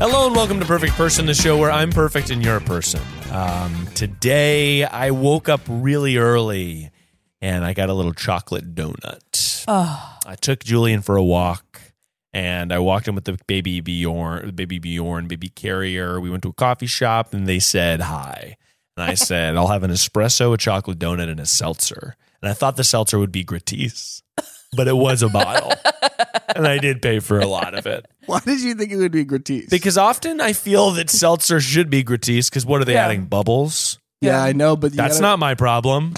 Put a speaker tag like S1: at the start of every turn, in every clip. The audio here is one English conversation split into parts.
S1: Hello and welcome to Perfect Person, the show where I'm perfect and you're a person. Um, today I woke up really early and I got a little chocolate donut. I took Julian for a walk and I walked in with the baby Bjorn, baby Bjorn, baby Carrier. We went to a coffee shop and they said hi. And I said, I'll have an espresso, a chocolate donut, and a seltzer. And I thought the seltzer would be gratis, but it was a bottle. and I did pay for a lot of it.
S2: Why did you think it would be gratis?
S1: Because often I feel that seltzer should be gratis because what are they adding? Bubbles?
S2: yeah, I know, but you
S1: That's
S2: gotta-
S1: not my problem.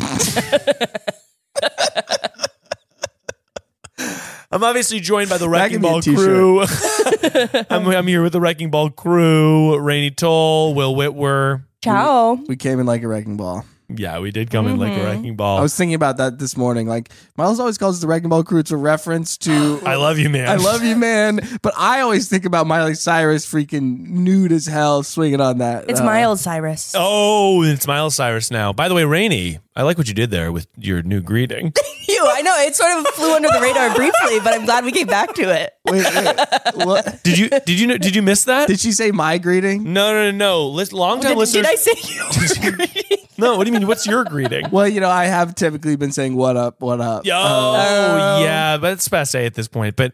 S1: I'm obviously joined by the Wrecking
S2: could be a
S1: Ball
S2: t-shirt.
S1: crew. I'm, I'm here with the Wrecking Ball crew, Rainey Toll, Will Whitwer.
S3: Ciao.
S2: We came in like a wrecking ball.
S1: Yeah, we did come in like a Wrecking Ball. I,
S2: Mm-hmm. I was thinking about that this morning. Like Miles always calls it the wrecking ball crew. It's a reference to
S1: love you, man.
S2: I love you, man. But I always think about Miley Cyrus, freaking nude as hell, swinging on that.
S3: It's
S2: uh,
S3: Miles Cyrus.
S1: Oh, it's Miles Cyrus now. By the way, Rainey, I like what you did there with your new greeting.
S3: You, I know it sort of flew under the radar briefly, but I'm glad we came back to it.
S2: Wait, wait, what?
S1: Did you did you know, did you miss that?
S2: Did Oh, she say my greeting?
S1: no, no, no, no. List, long time
S3: Did,
S1: listeners.
S3: did I say you? were greedy?
S1: no, what do you mean? What's your greeting?
S2: Well, you know, I have typically been saying what up, what up. Uh,
S1: Yo, Oh, yeah, but it's passe at this point. But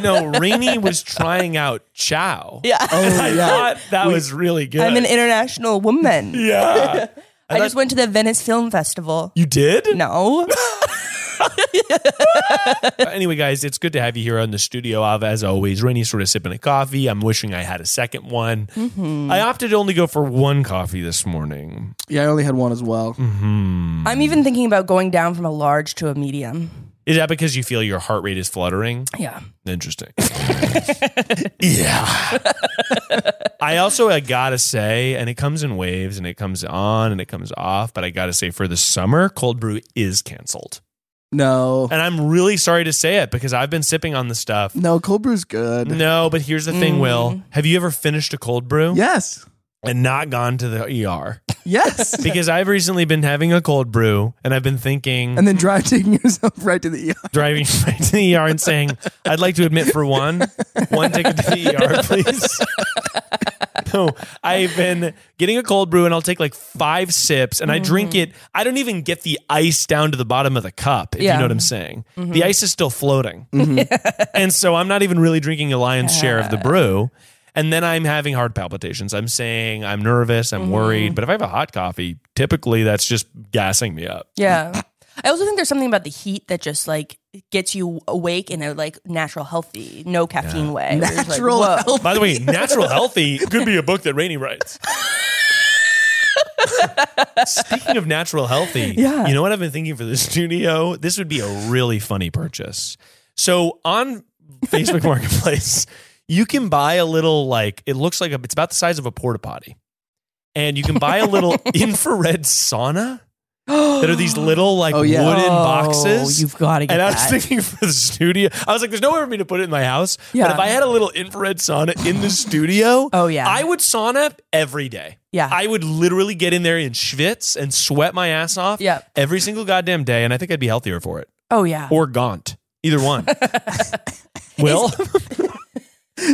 S1: no, Rainey was trying out Chow.
S3: yeah,
S2: Oh,
S1: I
S2: yeah.
S1: thought that was really good.
S3: I'm an international woman.
S1: yeah.
S3: I, just went to the Venice Film Festival.
S1: You did?
S3: No,
S1: Anyway, guys, it's good to have you here on the studio. Av, as always, Rainey's sort of sipping a coffee. I'm wishing I had a second one. I opted to only go for one coffee this morning.
S2: Yeah, I only had one as well.
S3: I'm even thinking about going down from a large to a medium.
S1: Is that because you feel your heart rate is fluttering?
S3: Yeah,
S1: Interesting. yeah. I also I gotta say, and it comes in waves and it comes on and it comes off, but I gotta say for the summer, cold brew is canceled.
S2: No,
S1: And I'm really sorry to say it because I've been sipping on the stuff.
S2: no, cold brew's good.
S1: No, but here's the thing, Will. Have you ever finished a cold brew
S2: Yes,
S1: and not gone to the ER?
S2: yes.
S1: Because I've recently been having a cold brew and I've been thinking
S2: and then drive taking yourself right to the ER.
S1: driving right to the ER and saying, I'd like to admit for one, one ticket to the ER, please. No, I've been getting a cold brew and I'll take like five sips and I drink it. I don't even get the ice down to the bottom of the cup, if
S3: Yeah.
S1: you know what I'm saying. The ice is still floating. and so I'm not even really drinking a lion's share of the brew. And then I'm having heart palpitations. I'm saying I'm nervous, I'm worried. But if I have a hot coffee, typically that's just gassing me up.
S3: yeah. I also think there's something about the heat that just like gets you awake in a like natural, healthy, no caffeine way. Where it's like,
S2: Natural
S3: whoa.
S2: health.
S1: By the way, Natural Healthy could be a book that Rainey writes. Speaking of natural healthy,
S3: Yeah.
S1: you know what I've been thinking for the studio? This would be a really funny purchase. So on Facebook Marketplace, you can buy a little like it looks like a, it's about the size of a porta potty. And you can buy a little infrared sauna that are these little like
S2: Oh, yeah.
S1: wooden
S3: Oh,
S1: boxes.
S3: You've got to get
S1: And I was
S3: that.
S1: thinking for the studio, I was like, there's nowhere for me to put it in my house. But
S3: Yeah.
S1: if I had a little infrared sauna in the studio,
S3: Oh, yeah.
S1: I would sauna every day.
S3: Yeah.
S1: I would literally get in there in schwitz and sweat my ass off
S3: Yeah.
S1: every single goddamn day. And I think I'd be healthier for it
S3: oh yeah.
S1: or gaunt, either one. Will?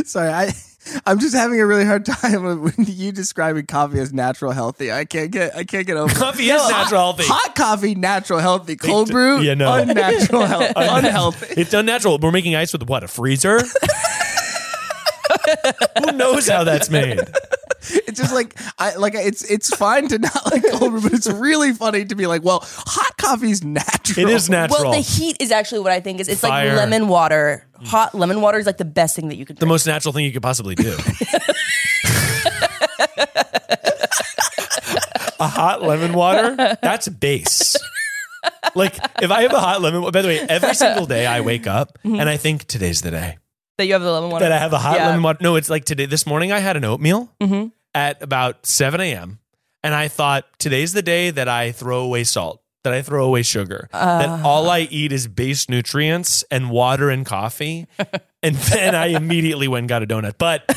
S2: Sorry, I I'm just having a really hard time when you describing coffee as natural healthy. I can't get I can't get over it.
S1: Coffee is natural healthy.
S2: Hot coffee, natural healthy. Cold brew,
S1: yeah, no.
S2: unnatural, health, unhealthy.
S1: It's unnatural. We're making ice with what? A freezer? Who knows how that's made?
S2: It's just like I like it's it's fine to not like cold brew, but it's really funny to be like, well, hot coffee is natural.
S1: It is natural.
S3: Well, the heat is actually what I think is. It's
S1: Fire. Mm.
S3: like lemon water. Hot lemon water is like the best thing that you could.
S1: the
S3: Drink.
S1: most natural thing you could possibly do. a hot lemon water? That's base. Like if I have a hot lemon, by the way, every single day I wake up and I think today's the day
S3: that you have the lemon water.
S1: that I have a hot
S3: Yeah.
S1: lemon water. No, it's like today. This morning I had an oatmeal at about seven a.m. and I thought today's the day that I throw away salt, that I throw away sugar, that all I eat is base nutrients and water and coffee. and then I immediately went and got a donut. But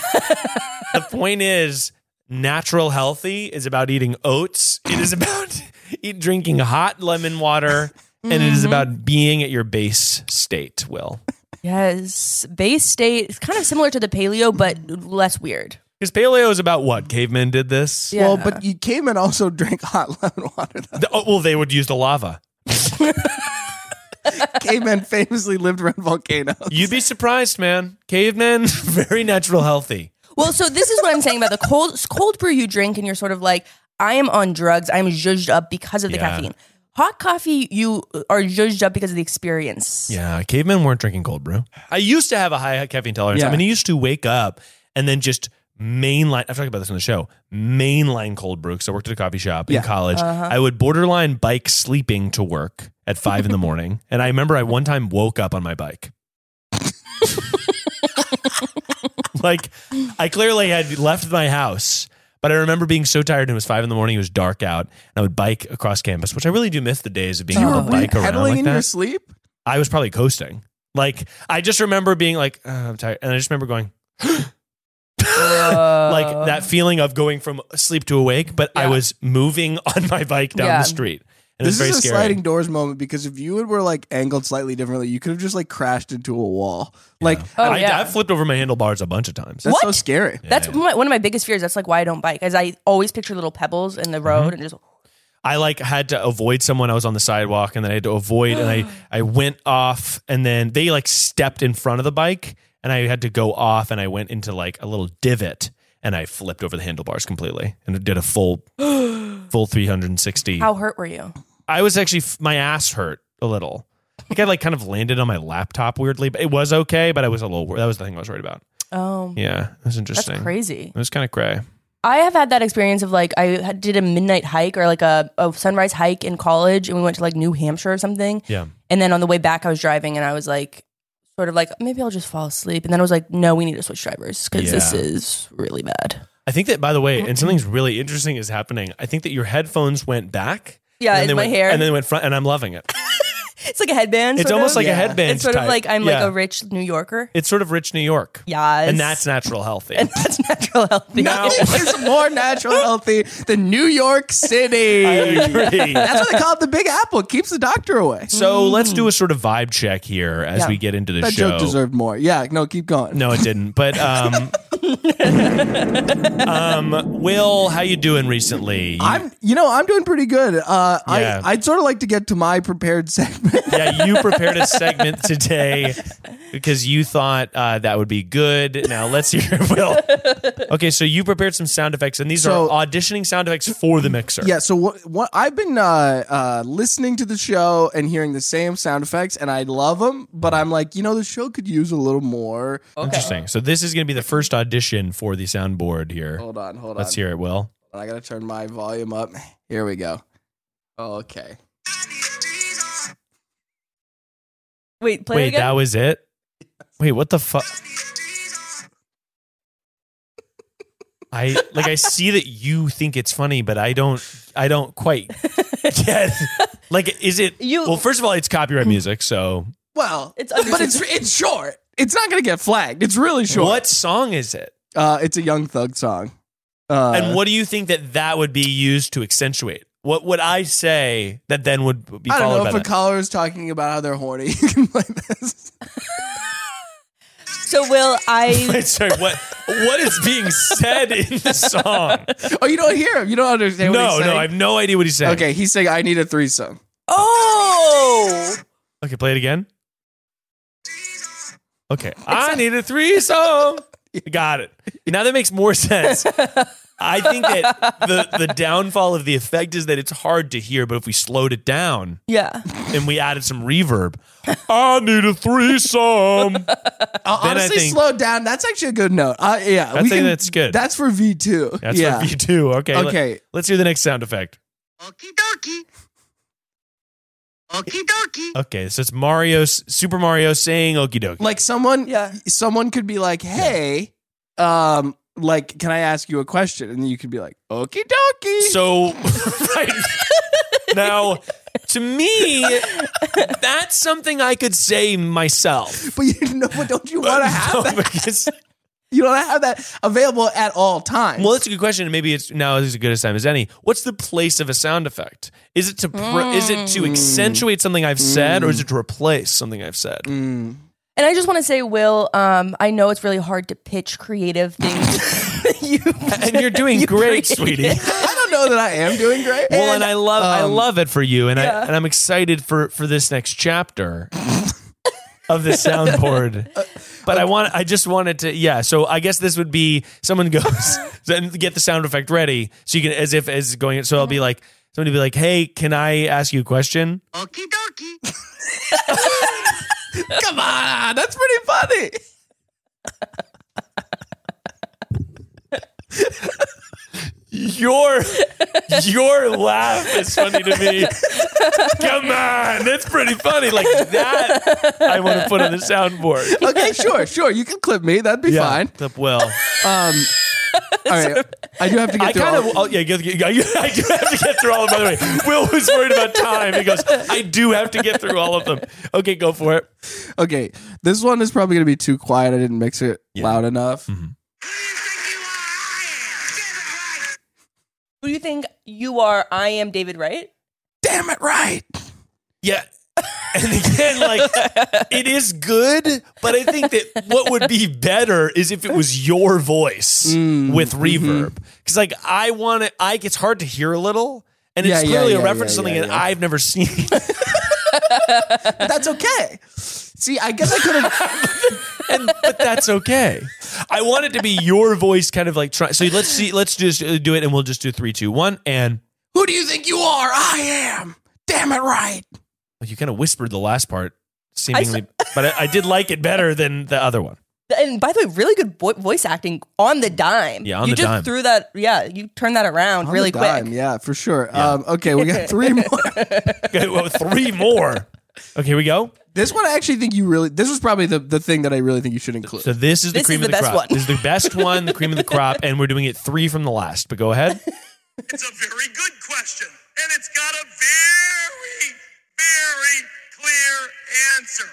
S1: the point is, natural healthy is about eating oats. It is about eat, drinking hot lemon water. And it is about being at your base state, Will.
S3: Yes, base state. It's kind of similar to the paleo, but less weird.
S1: Because paleo is about what? Cavemen did this?
S3: Yeah.
S2: Well, but you came and also drank hot lemon water. though.
S1: The- oh, well, they would use the lava.
S2: Cavemen famously lived around volcanoes.
S1: You'd be surprised, man. Cavemen, very natural, healthy.
S3: Well, so this is what I'm saying about the cold cold brew you drink, and you're sort of like, I am on drugs. I'm zhuzhed up because of the
S1: Yeah.
S3: caffeine. Hot coffee, you are zhuzhed up because of the experience.
S1: Yeah, cavemen weren't drinking cold brew. I used to have a high caffeine tolerance. I
S2: Yeah.
S1: mean, I used to wake up and then just mainline. I've talked about this on the show. Mainline cold brew because I worked at a coffee shop
S2: Yeah.
S1: in college.
S2: Uh-huh.
S1: I would borderline bike sleeping to work at five in the morning, and I remember I one time woke up on my bike. like I clearly had left my house, but I remember being so tired and it was five in the morning. It was dark out, and I would bike across campus, which I really do miss the days of being
S2: you
S1: able
S2: were
S1: to bike around
S2: pedaling
S1: like
S2: in
S1: that.
S2: your sleep.
S1: I was probably coasting. Like I just remember being like, "Ugh, I'm tired, and I just remember going
S3: Uh,
S1: like that feeling of going from sleep to awake, but I
S3: Yeah.
S1: was moving on my bike down
S3: Yeah.
S1: the street. And
S2: This
S1: it was
S2: is a
S1: very scary.
S2: sliding doors moment because if you were like angled slightly differently, you could have just like crashed into a wall. Like
S3: Oh,
S1: I,
S3: yeah.
S1: I flipped over my handlebars a bunch of times.
S2: that's so
S3: What?
S2: scary.
S3: That's one of my- one of my biggest fears. That's like why I don't bike, as I always picture little pebbles in the
S1: Mm-hmm.
S3: road and just.
S1: I like had to avoid someone. I was on the sidewalk, and then I had to avoid, and I I went off, and then they like stepped in front of the bike, and I had to go off, and I went into like a little divot, and I flipped over the handlebars completely, and it did a full full three hundred and sixty.
S3: How hurt were you?
S1: I was actually my ass hurt a little. I think I like kind of landed on my laptop weirdly, but it was okay. But I was a little. wor- That was the thing I was worried about.
S3: Oh,
S1: Yeah, it was
S3: that's
S1: interesting.
S3: crazy.
S1: It was kind of cray.
S3: I have had that experience of like I had- did a midnight hike or like a, a sunrise hike in college, and we went to like New Hampshire or something.
S1: Yeah.
S3: And then on the way back, I was driving, and I was like, sort of like maybe I'll just fall asleep. And then I was like, no, we need to switch drivers because this
S1: Yeah.
S3: is really bad.
S1: I think that by the way, and something's really interesting is happening. I think that your headphones went back.
S3: Yeah,
S1: and
S3: in
S1: they
S3: my
S1: went-
S3: hair.
S1: and then they went front, and I'm loving it.
S3: It's like a headband.
S1: It's
S3: sort
S1: almost
S3: of.
S1: like a
S2: Yeah.
S1: headband.
S3: It's sort of
S1: type.
S3: like I'm
S1: Yeah.
S3: like a rich New Yorker.
S1: It's sort of rich New York,
S3: Yes,
S1: and that's natural healthy.
S3: that's natural healthy.
S2: Nothing is more natural healthy than New York City.
S1: I agree.
S2: That's what they call it the Big Apple. Keeps the doctor away.
S1: so let's do a sort of vibe check here as we get into the
S2: that
S1: show.
S2: joke deserved more. Yeah, no, keep going.
S1: No, it didn't. But um, um, Will, how you doing recently? You-
S2: I'm, you know, I'm doing pretty good. Uh,
S1: Yeah.
S2: I, I'd sort of like to get to my prepared segment.
S1: yeah, you prepared a segment today because you thought uh, that would be good. Now let's hear it, Will. Okay, so you prepared some sound effects, and these
S2: So-
S1: are auditioning sound effects for the mixer.
S2: Yeah. So what, what I've been uh, uh, listening to the show and hearing the same sound effects, and I love them, but I'm like, you know, the show could use a little more.
S1: Interesting. So this is going to be the first audition for the soundboard here.
S2: Hold on, hold
S1: Let's
S2: on.
S1: hear it, Will.
S2: I gotta turn my volume up. Here we go. Okay.
S3: Wait, play it
S1: Wait,
S3: again.
S1: that was it? Wait, what the fuck? I like I see that you think it's funny, but I don't I don't quite get like is it
S3: You-
S1: Well, first of all, it's copyright music, so
S2: Well,
S3: It's
S2: but it's it's short. It's not gonna get flagged. It's really short.
S1: what song is it?
S2: Uh, it's a Young Thug song. Uh,
S1: and what do you think that that would be used to accentuate? What would I say that then would be
S2: I don't
S1: followed
S2: know
S1: by
S2: if a
S1: that?
S2: caller is talking about how they're horny. You can play this.
S3: so Will I?
S1: Sorry, what what is being said in the song.
S2: Oh, you don't hear him. You don't understand. what
S1: No,
S2: he's
S1: no, I
S2: saying?
S1: have no idea what he's saying.
S2: Okay, he's saying I need a threesome.
S3: Oh,
S1: Okay, play it again. Okay. I need a threesome. Got it. Now that makes more sense. I think that the, the downfall of the effect is that it's hard to hear, but if we slowed it down
S3: yeah.
S1: and we added some reverb, I need a threesome.
S2: Uh,
S1: Then I
S2: honestly,
S1: think-
S2: slow down. That's actually a good note. Uh, yeah,
S1: I think that's good.
S2: That's for V two.
S1: That's
S2: yeah.
S1: for V2. Okay. let-
S2: Okay.
S1: let's hear the next sound effect. Okie dokie. Okie dokie. Okay, so it's Mario, Super Mario saying okie dokie.
S2: Like someone,
S3: Yeah.
S2: someone could be like, "Hey, um, like, can I ask you a question?" And you could be like, "Okie dokie."
S1: So right now, to me, that's something I could say myself.
S2: but you know, but don't you want to have
S1: No,
S2: that?
S1: because-
S2: You don't have that available at all times.
S1: well, that's a good question, and maybe it's now is as good a time as any. What's the place of a sound effect? Is it to pr- is it to accentuate something I've said, or is it to replace something I've said?
S3: And I just want to say, Will, um, I know it's really hard to pitch creative things. you
S1: And you're doing
S3: You
S1: great,
S3: created
S1: sweetie.
S2: I don't know that I am doing great.
S1: Well, and I love I
S2: um,
S1: love it for you, and I and I'm excited for for this next chapter of the soundboard. But I want I just wanted to yeah. So I guess this would be someone goes then get the sound effect ready so you can as if as going. So I'll
S2: Mm-hmm.
S1: be like somebody be like, hey, can I ask you a question?
S2: Come on, that's pretty funny.
S1: Your your laugh is funny to me. Come on, that's pretty funny. Like that, I want to put on the soundboard.
S2: Okay, sure, sure. You can clip me. That'd be fine.
S1: clip well.
S2: Um, all right. I do have to get
S1: I
S2: through
S1: kind
S2: all-
S1: of, oh, yeah, get- get- I I do have to get through all of them. By the way, Will was worried about time. He goes, I do have to get through all of them. Okay, go for it.
S2: Okay, this one is probably gonna be too quiet. I didn't mix it loud enough.
S1: Mm.
S3: Who do you think you are? I am David Wright.
S2: Damn it, right?
S1: Yeah. And again, like, it is good, but I think that what would be better is if it was your voice
S2: Mm,
S1: with
S2: mm-hmm.
S1: reverb. Because, like, I want to, I, it's hard to hear a little. And it's
S2: Yeah, yeah,
S1: clearly a
S2: yeah,
S1: reference to
S2: yeah,
S1: something
S2: yeah,
S1: that
S2: yeah.
S1: I've never seen.
S2: But that's okay. See, I guess I could have.
S1: and but that's okay. I want it to be your voice, kind of like try. So let's see, let's just uh, do it, and we'll just do three, two, one, and
S2: Who do you think you are? I am. Damn it, right?
S1: Oh, you kind of whispered the last part, seemingly, but I, I did like it better than the other one.
S3: And by the way, really good vo- voice acting on the dime.
S1: Yeah, on
S3: you
S1: the
S3: just
S1: dime.
S3: threw that. Yeah, you turned that around
S2: On
S3: really
S2: the dime,
S3: quick.
S2: Yeah, for sure. Um, okay, we got three more.
S1: Okay, well, three more. Okay, here we go.
S2: this one, I actually think you really. This was probably the, the thing that I really think you should include.
S1: So this is the
S3: This
S1: cream
S3: is
S1: of
S3: the
S1: the
S3: best
S1: crop.
S3: one.
S1: This is the best one, the cream of the crop, and we're doing it three from the last. But go ahead.
S4: It's a very good question, and it's got a very, very clear answer.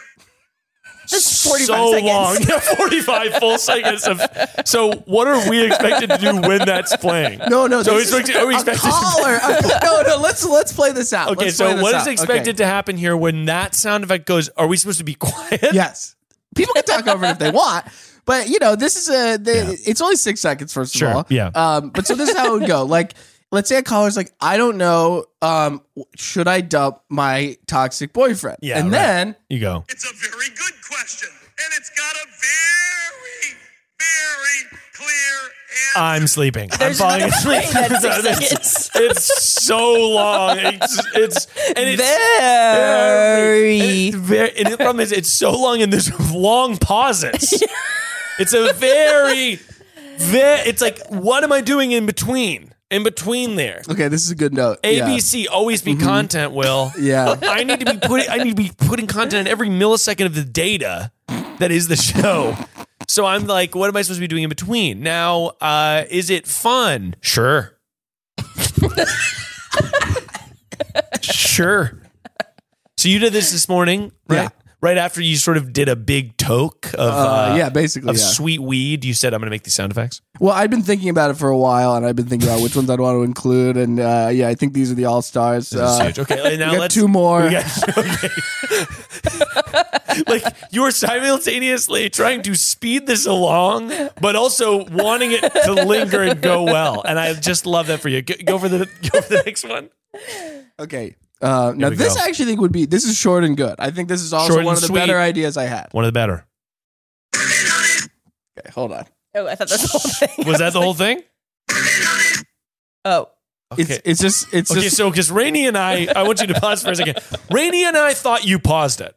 S1: so long, yeah, forty-five full seconds of. So what are we expected to do when that's playing?
S2: no, no.
S1: So
S2: this
S1: expect-
S2: is
S1: are we
S2: a
S1: expected to-
S2: caller. A- no, no. Let's let's play this out.
S1: Okay,
S2: Let's
S1: so
S2: play this
S1: what is
S2: out.
S1: expected
S2: Okay.
S1: to happen here when that sound effect goes? Are we supposed to be quiet?
S2: Yes, people can talk over it if they want. But you know, this is a. The, It's only six seconds, first
S1: Sure,
S2: of all.
S1: yeah.
S2: Um. But so this is how it would go. Like, let's say a caller's like, I don't know. Um. Should I dump my toxic boyfriend?
S1: Yeah,
S2: And
S1: right.
S2: then
S1: You go.
S4: It's a very good question, and it's got a very, very clear answer.
S1: I'm sleeping. I'm falling asleep. it's, it's so long. It's it's and it's
S3: Very.
S1: and it's very and the problem is it's so long and there's long pauses. it's a very very it's like what am I doing in between? In between there.
S2: okay, this is a good note. Yeah.
S1: ABC always be content, Will.
S2: Yeah.
S1: I need to be putting I need to be putting content in every millisecond of the data that is the show. So I'm like, what am I supposed to be doing in between? Now, uh, is it fun? Sure. sure. So you did this this morning, right?
S2: Yeah.
S1: right after you sort of did a big toke of
S2: Uh,
S1: uh,
S2: yeah, basically,
S1: of
S2: yeah.
S1: sweet weed, you said I'm going to make these sound effects.
S2: Well, I've been thinking about it for a while, and I've been thinking about which ones I'd want to include. And uh, yeah, I think these are the all stars. Uh,
S1: Huge. okay, and now
S2: we got
S1: let's
S2: two more.
S1: we got- okay. like you were simultaneously trying to speed this along, but also wanting it to linger and go well. And I just love that for you. Go, go for the go for the next one.
S2: Okay. Uh, now
S1: we
S2: this
S1: go.
S2: I actually think would be this is short and good. I think this is also
S1: Short and
S2: one of the
S1: sweet.
S2: better ideas I had.
S1: One of the better.
S2: Okay, hold on.
S3: Oh, I thought that's the whole thing.
S1: Was that the whole thing?
S3: oh,
S1: Okay.
S2: It's it's just it's
S1: Okay,
S2: just
S1: so because Rainey and I, I want you to pause for a second. Rainey and I thought you paused it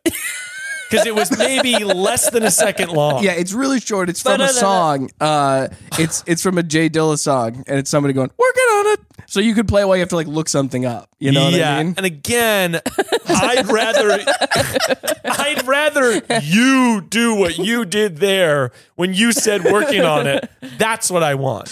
S1: because it was maybe less than a second long.
S2: yeah, it's really short. It's from a
S3: Ba-da-da-da.
S2: song. Uh, it's it's from a Jay Dilla song, and it's somebody going working on it. So you could play it while you have to like look something up. You know
S1: yeah.
S2: what I mean?
S1: And again, I'd rather I'd rather you do what you did there when you said working on it. That's what I want.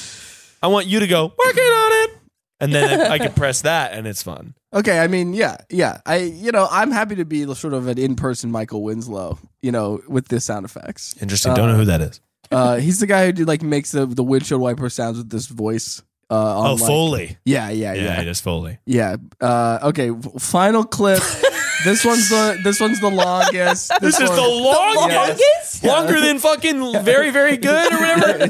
S1: I want you to go working on it. And then I, I can press that and it's fun.
S2: Okay, I mean, yeah, yeah. I you know I'm happy to be sort of an in person Michael Winslow. You know, with the sound effects.
S1: Interesting. Don't know who that is.
S2: Uh, he's the guy who did, like makes the the windshield wiper sounds with this voice. Uh, on,
S1: Oh,
S2: like-
S1: Foley.
S2: Yeah, yeah,
S1: Yeah,
S2: yeah.
S1: it is Foley.
S2: Yeah. Uh, okay. w- Final clip. this one's the this one's the longest.
S1: This is the
S2: one-
S1: longest.
S3: longest?
S1: Longer than fucking very, very good or whatever.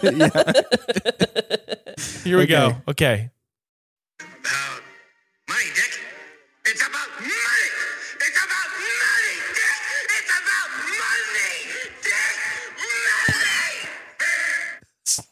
S1: Here we go. Okay.
S4: about money, Dick. It's about money. It's about money, Dick. It's about money, Dick. Money.
S1: So,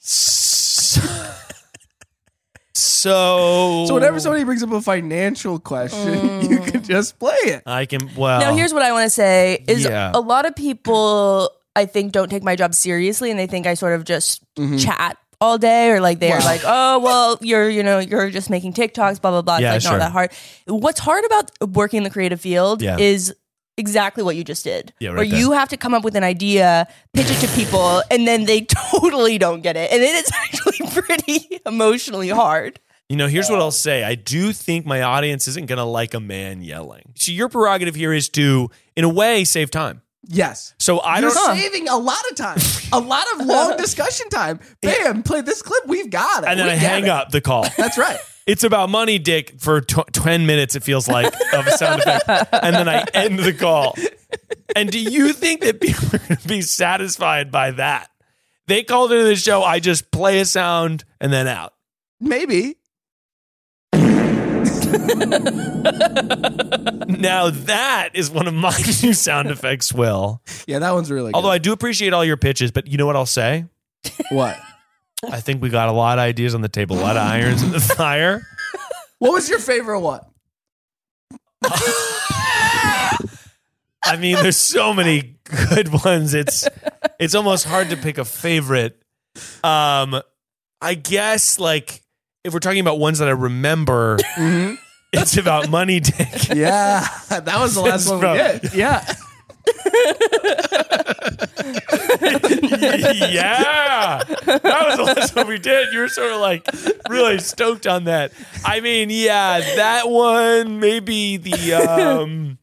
S1: so
S2: So whenever somebody brings up a financial question, you
S1: Oh.
S2: can just play it.
S1: I can well
S3: Now here's what I want to say is
S1: Oh. Yeah.
S3: a lot of people I think don't take my job seriously and they think I sort of just
S1: Mm-hmm.
S3: chat all day or like they're
S2: Wow.
S3: like, "Oh, well, you're, you know, you're just making TikToks, blah blah blah." It's
S1: Yeah,
S3: like
S1: sure.
S3: not that hard. What's hard about working in the creative field
S1: Yeah.
S3: is exactly what you just did.
S1: Yeah, right
S3: where
S1: there.
S3: you have to come up with an idea, pitch it to people, and then they totally don't get it. And it is actually pretty emotionally hard.
S1: You know, here's what I'll say. I do think my audience isn't going to like a man yelling. So your prerogative here is to in a way save time.
S2: Yes.
S1: So I
S2: You're
S1: don't
S2: saving a lot of time, a lot of long discussion time. Bam! Play this clip. We've got it.
S1: and then
S2: We
S1: I
S2: get
S1: hang
S2: it.
S1: up the call.
S2: That's right.
S1: It's about money, Dick, for tw- 10 minutes, it feels like, of a sound effect. And then I end the call. And do you think that people are going to be satisfied by that? They called into the show, I just play a sound and then out.
S2: Maybe.
S1: Now, that is one of my new sound effects, Will.
S2: Yeah, that one's really.
S1: Although
S2: good.
S1: I do appreciate all your pitches, but you know what I'll say?
S2: what?
S1: I think we got a lot of ideas on the table, a lot of irons in the fire.
S2: What was your favorite one?
S1: I mean, there's so many good ones. It's it's almost hard to pick a favorite. Um, I guess like if we're talking about ones that I remember, it's about money, Dick.
S2: Yeah, that was the last one we
S1: Bro.
S2: did. Yeah.
S1: yeah, that was the last one we did. You were sort of like really stoked on that. I mean, yeah, that one maybe the um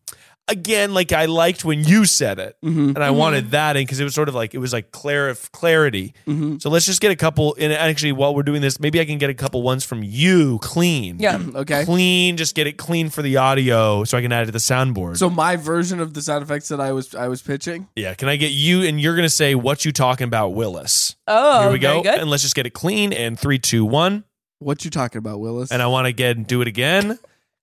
S1: again like I liked when you said it,
S2: Mm-hmm.
S1: and I wanted that in because it was sort of like it was like clarif clarity.
S2: Mm-hmm.
S1: So let's just get a couple. And actually, while we're doing this, maybe I can get a couple ones from you clean.
S3: Yeah.
S2: Okay.
S1: Clean, just get it clean for the audio so I can add it to the soundboard.
S2: So my version of the sound effects that I was I was pitching.
S1: yeah, can I get you and you're gonna say what you talking about, Willis?
S3: Oh,
S1: Here we go.
S3: very good.
S1: And let's just get it clean. And three, two, one.
S2: What you talking about, Willis?
S1: And I want to get do it again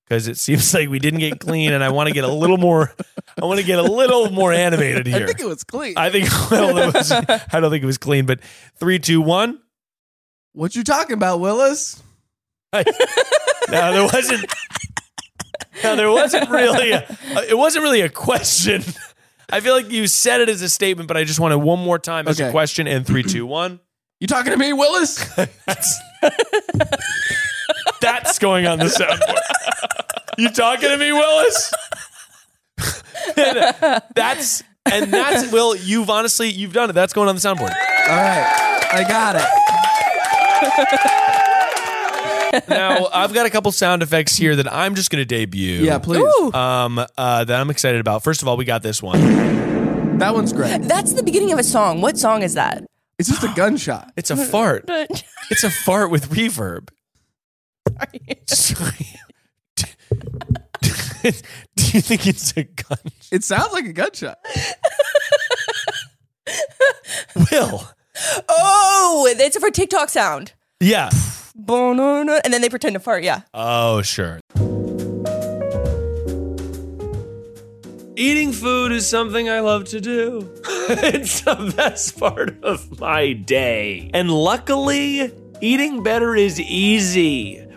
S1: because it seems like we didn't get clean. And I want to get a little more. I want to get a little more animated
S2: I
S1: here.
S2: think it was clean.
S1: I think. Well, that was, I don't think it was clean. But three, two, one.
S2: what you talking about, Willis?
S1: I- no, there wasn't. No, there wasn't really. A, it wasn't really a question. I feel like you said it as a statement, but I just want it one more time as
S2: Okay.
S1: a question. And three, two, one.
S2: You talking to me, Willis?
S1: That's, that's going on the soundboard. You talking to me, Willis? And that's and that's Will. You've honestly you've done it. That's going on the soundboard.
S2: All right, I got it.
S1: now I've got a couple sound effects here that I'm just going to debut.
S2: Yeah, please.
S1: Um, uh, that I'm excited about. First of all, we got this one.
S2: That one's great.
S3: That's the beginning of a song. What song is that?
S2: It's just a gunshot.
S1: It's a fart.
S3: Sorry.
S1: It's a fart with reverb. Sorry. Do you think it's a gun?
S2: It sounds like a gunshot.
S1: Will.
S3: oh, it's for TikTok sound.
S1: Yeah.
S3: Bonana- And then they pretend to fart. Yeah.
S1: Oh, sure. Eating food is something I love to do. it's the best part of my day. And luckily, eating better is easy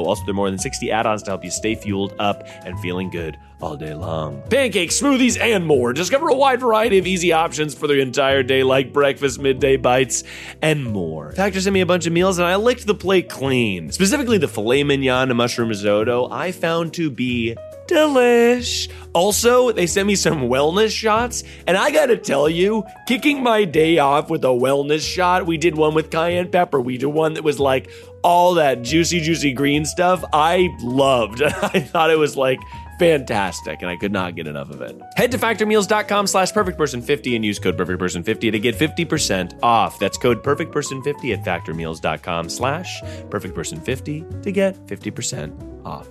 S1: Also, there are more than 60 add ons to help you stay fueled up and feeling good all day long. Pancakes, smoothies, and more. Discover a wide variety of easy options for the entire day, like breakfast, midday bites, and more. Factor sent me a bunch of meals, and I licked the plate clean. Specifically, the filet mignon and mushroom risotto I found to be delish. Also, they sent me some wellness shots, and I gotta tell you, kicking my day off with a wellness shot, we did one with cayenne pepper. We did one that was like all that juicy, juicy green stuff. I loved. I thought it was like fantastic and i could not get enough of it head to factormeals.com slash perfectperson50 and use code perfectperson50 to get 50% off that's code perfectperson50 at factormeals.com slash perfectperson50 to get 50% off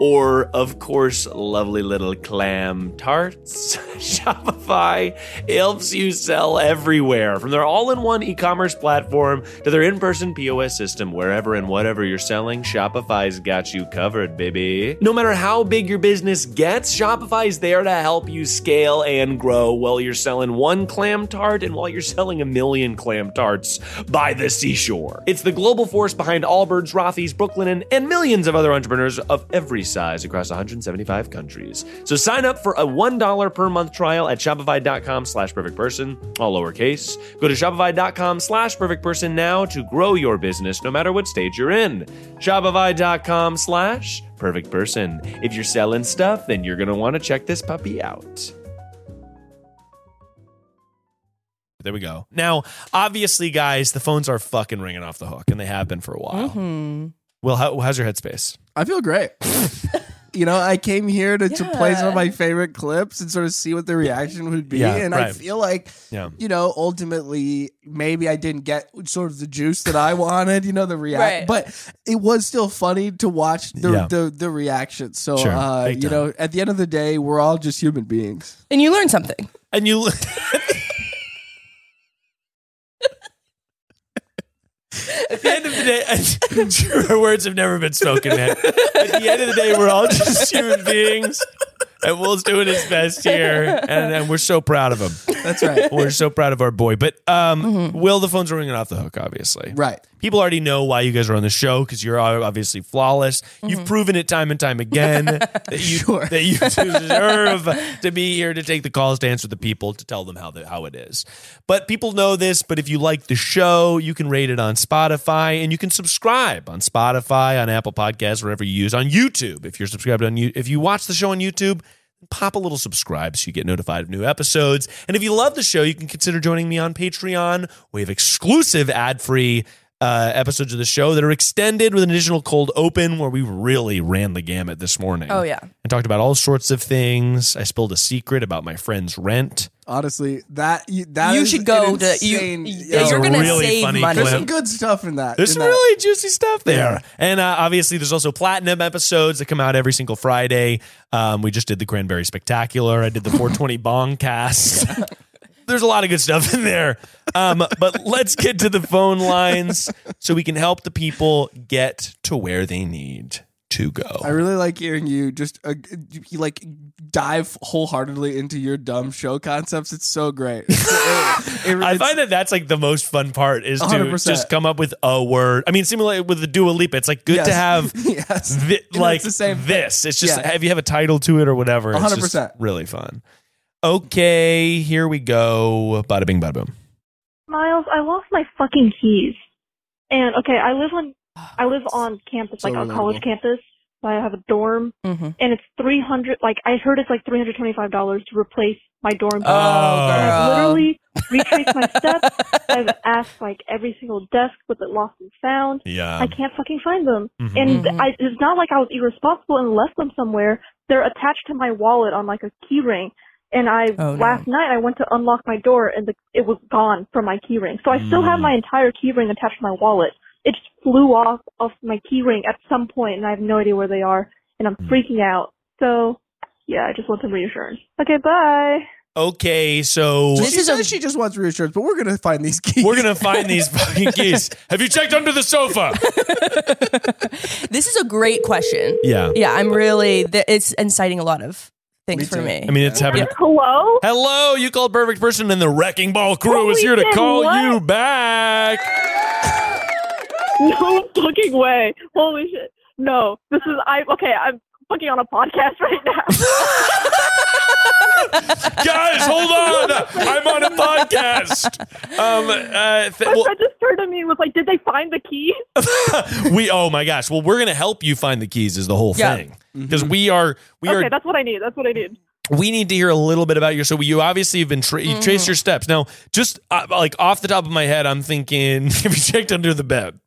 S1: or, of course, lovely little clam tarts. Shopify helps you sell everywhere, from their all in one e commerce platform to their in person POS system. Wherever and whatever you're selling, Shopify's got you covered, baby. No matter how big your business gets, Shopify's there to help you scale and grow while you're selling one clam tart and while you're selling a million clam tarts by the seashore. It's the global force behind Allbirds, Rothy's, Brooklyn, and, and millions of other entrepreneurs of every size across 175 countries. So sign up for a $1 per month trial at Shopify.com slash perfect person, all lowercase. Go to Shopify.com slash perfect person now to grow your business no matter what stage you're in. Shopify.com slash perfect person. If you're selling stuff, then you're going to want to check this puppy out. There we go. Now, obviously, guys, the phones are fucking ringing off the hook, and they have been for a while. Well, how, how's your headspace?
S2: I feel great. you know, I came here to, to play some of my favorite clips and sort of see what the reaction would be.
S1: Yeah,
S2: and I
S1: right.
S2: feel like,
S1: Yeah.
S2: you know, ultimately, maybe I didn't get sort of the juice that I wanted, you know, the react.
S3: Right.
S2: But it was still funny to watch the,
S1: Yeah.
S2: the, the reaction. So,
S1: Sure.
S2: uh,
S1: Big
S2: you
S1: time.
S2: know, at the end of the day, we're all just human beings.
S3: And you learn something.
S1: And you, at the end of the day, truer words have never been spoken, man. At the end of the day, we're all just human beings, and Will's doing his best here, and, and we're so proud of him.
S2: That's right.
S1: We're so proud of our boy. But um, Will, the phones are ringing off the hook, obviously.
S2: right.
S1: People already know why you guys are on the show because you're obviously flawless. You've proven it time and time again that you
S2: Sure.
S1: that you deserve to be here to take the calls to answer the people to tell them how the, how it is. But people know this. But if you like the show, you can rate it on Spotify and you can subscribe on Spotify, on Apple Podcasts, wherever you use, on YouTube. If you're subscribed on you, if you watch the show on YouTube pop a little subscribe so you get notified of new episodes. And if you love the show, you can consider joining me on Patreon. We have exclusive ad free. Uh, episodes of the show that are extended with an additional cold open where we really ran the gamut this morning.
S3: Oh, yeah.
S1: And talked about all sorts of things. I spilled a secret about my friend's rent.
S2: Honestly, that you- that
S3: You
S2: is
S3: should go
S2: an
S3: to- you-
S2: insane-
S3: you-
S2: Yeah.
S3: you're gonna
S1: really
S3: save
S1: funny
S3: money.
S2: There's
S1: clip.
S2: some good stuff in that.
S1: There's
S2: in
S1: some
S2: that.
S1: really juicy stuff there. And uh, obviously, there's also platinum episodes that come out every single Friday. Um, we just did the Cranberry Spectacular. I did the 420 Bong cast. there's a lot of good stuff in there. Um, but let's get to the phone lines so we can help the people get to where they need to go.
S2: I really like hearing you just uh, you, like dive wholeheartedly into your dumb show concepts. It's so great. It's- it- it-
S1: I
S2: it's-
S1: find that that's like the most fun part is to
S2: 100%.
S1: just come up with a word. I mean, similar with the Dua Lipa, it's like good
S2: Yes.
S1: to have
S2: Yes.
S1: thi-
S2: You know,
S1: like
S2: it's the same thing.
S1: this. It's just
S2: Yeah.
S1: have you have a title to it or whatever. It's just
S2: 100%.
S1: really fun. Okay, here we go. Bada bing, bada boom.
S5: Miles, I lost my fucking keys. And okay, I live on I live on campus,
S2: So
S5: like on
S2: relatable.
S5: college campus. So I have a dorm
S3: Mm-hmm.
S5: and it's three hundred like I heard it's like three hundred twenty five dollars to replace my dorm
S3: Oh,
S1: Oh.
S5: And I've
S3: girl.
S5: literally retraced my steps. I've asked like every single desk was it lost and found.
S1: Yeah.
S3: Um,
S5: I can't fucking find them.
S1: Mhm.
S5: And
S3: Mhm.
S5: I, it's not like I was irresponsible and left them somewhere. They're attached to my wallet on like a key ring. And I
S3: Oh, no.
S5: last night I went to unlock my door and the, it was gone from my key ring. So I still
S3: Mm.
S5: have my entire key ring attached to my wallet. It just flew off of my key ring at some point and I have no idea where they are and
S3: Hmm.
S5: I'm freaking out. So yeah, I just want some reassurance. Okay, bye.
S1: Okay, so
S2: She says she just wants reassurance, but we're gonna find these keys.
S1: we're gonna find these fucking keys. Have you checked under the sofa?
S3: This is a great question.
S1: Yeah.
S3: Yeah, I'm really. Th- it's inciting a lot of things
S2: Me
S3: for
S2: too.
S3: me.
S1: I mean, it's happened.
S5: Hello?
S1: Hello, you called perfect person, and the wrecking ball crew is
S5: Holy
S1: here to
S5: shit,
S1: call
S5: what?
S1: you back.
S5: No fucking way. Holy shit. No. This is I okay, I'm fucking on a podcast right now.
S1: Guys, hold on. I'm on a podcast. Um, uh, th-
S5: My
S1: well,
S5: friend just turned to me and was like, "Did they find the key?"
S1: we oh my gosh well we're gonna help you find the keys is the whole
S3: Yeah.
S1: thing because we are we
S5: okay,
S1: are
S5: that's what I need. That's what I need.
S1: we need to hear a little bit about your so you obviously have been tra- you've traced your steps now just uh, like off the top of my head i'm thinking if you checked under the bed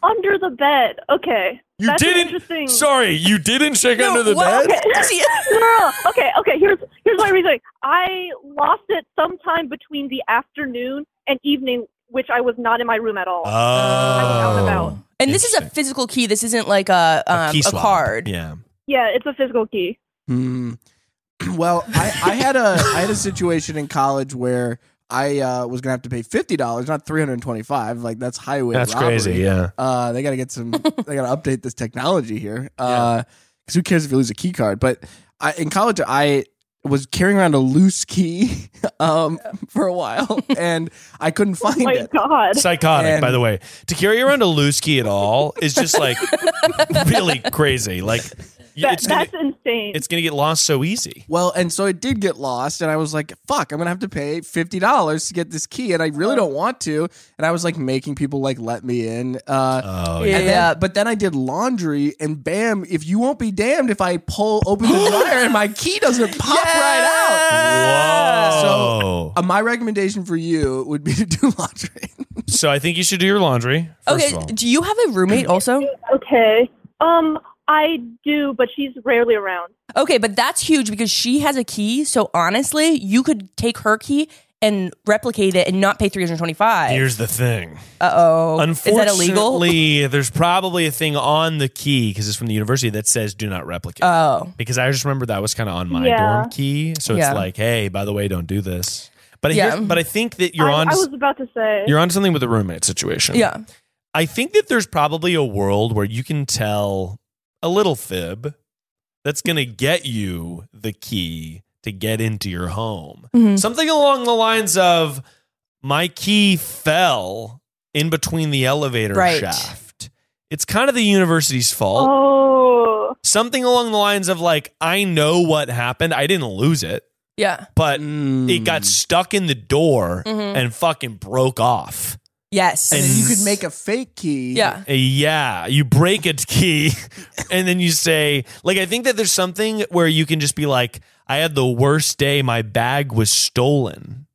S5: Under the bed. Okay.
S1: you
S5: that's an Interesting.
S1: didn't sorry you didn't check under the
S3: what?
S1: bed
S5: Okay. no, no, no. Okay. Okay. Here's here's my reasoning. I lost it sometime between the afternoon and evening, which I was not in my room at all.
S1: Uh,
S5: I was out and
S1: oh
S5: about.
S3: and this is a
S1: Interesting.
S3: physical key. This isn't like a um,
S1: Oh, key
S3: a,
S1: swap.
S3: card.
S1: yeah
S5: Yeah, it's a physical key.
S2: Hmm. Well, I, I had a I had a situation in college where I uh, was gonna have to pay fifty dollars, not three hundred twenty five. Like that's highway.
S1: that's
S2: robbery.
S1: crazy yeah
S2: Uh, they got to get some. they got to update this technology here. Uh 'cause because who cares if you lose a key card? But I, in college, I was carrying around a loose key um, for a while, and I couldn't find
S5: My
S2: it.
S5: God.
S1: psychotic
S2: And-
S1: by the way to carry around a loose key at all is just like really crazy like
S5: That-
S1: it's gonna,
S5: that's insane.
S1: it's gonna get lost so easy
S2: Well, and so it did get lost, and I was like, "Fuck, I'm gonna have to pay fifty dollars to get this key," and I really don't want to. And I was like making people like let me in. Uh,
S1: oh
S3: Yeah.
S2: And then, but then I did laundry, and bam! If you won't be damned, if I pull open the dryer and my key doesn't pop right out.
S1: Whoa.
S2: Uh, my recommendation for you would be to do laundry.
S1: So, I think you should do your laundry. First
S3: Okay.
S1: Of all.
S3: Do you have a roommate also?
S5: okay. Um, I do, but she's rarely around.
S3: Okay, but that's huge because she has a key. So honestly, you could take her key and replicate it and not pay three hundred twenty-five.
S1: Here's the thing.
S3: Uh oh. Is
S1: Unfortunately,
S3: that illegal?
S1: there's probably a thing on the key because it's from the university that says do not replicate.
S3: Oh.
S1: because I just remember that was kind of on my
S5: Yeah.
S1: dorm key. So
S3: Yeah.
S1: it's like, hey, by the way, don't do this. But I
S3: Yeah.
S1: hear- but I think that you're
S5: I,
S1: on
S5: I was about to say.
S1: you're on something with the roommate situation.
S3: Yeah.
S1: I think that there's probably a world where you can tell a little fib that's going to get you the key to get into your home.
S3: Mhm.
S1: Something along the lines of my key fell in between the elevator
S3: Right.
S1: shaft. It's kind of the university's fault.
S5: oh.
S1: Something along the lines of like I know what happened. I didn't lose it,
S3: Yeah.
S1: but Uh, it
S2: Mm.
S1: got stuck in the door
S3: Mhm.
S1: and fucking broke off.
S3: Yes.
S2: And then you could make a fake key.
S3: yeah.
S1: Uh, Yeah, you break a key and then you say, like, I think that there's something where you can just be like, I had the worst day. My bag was stolen.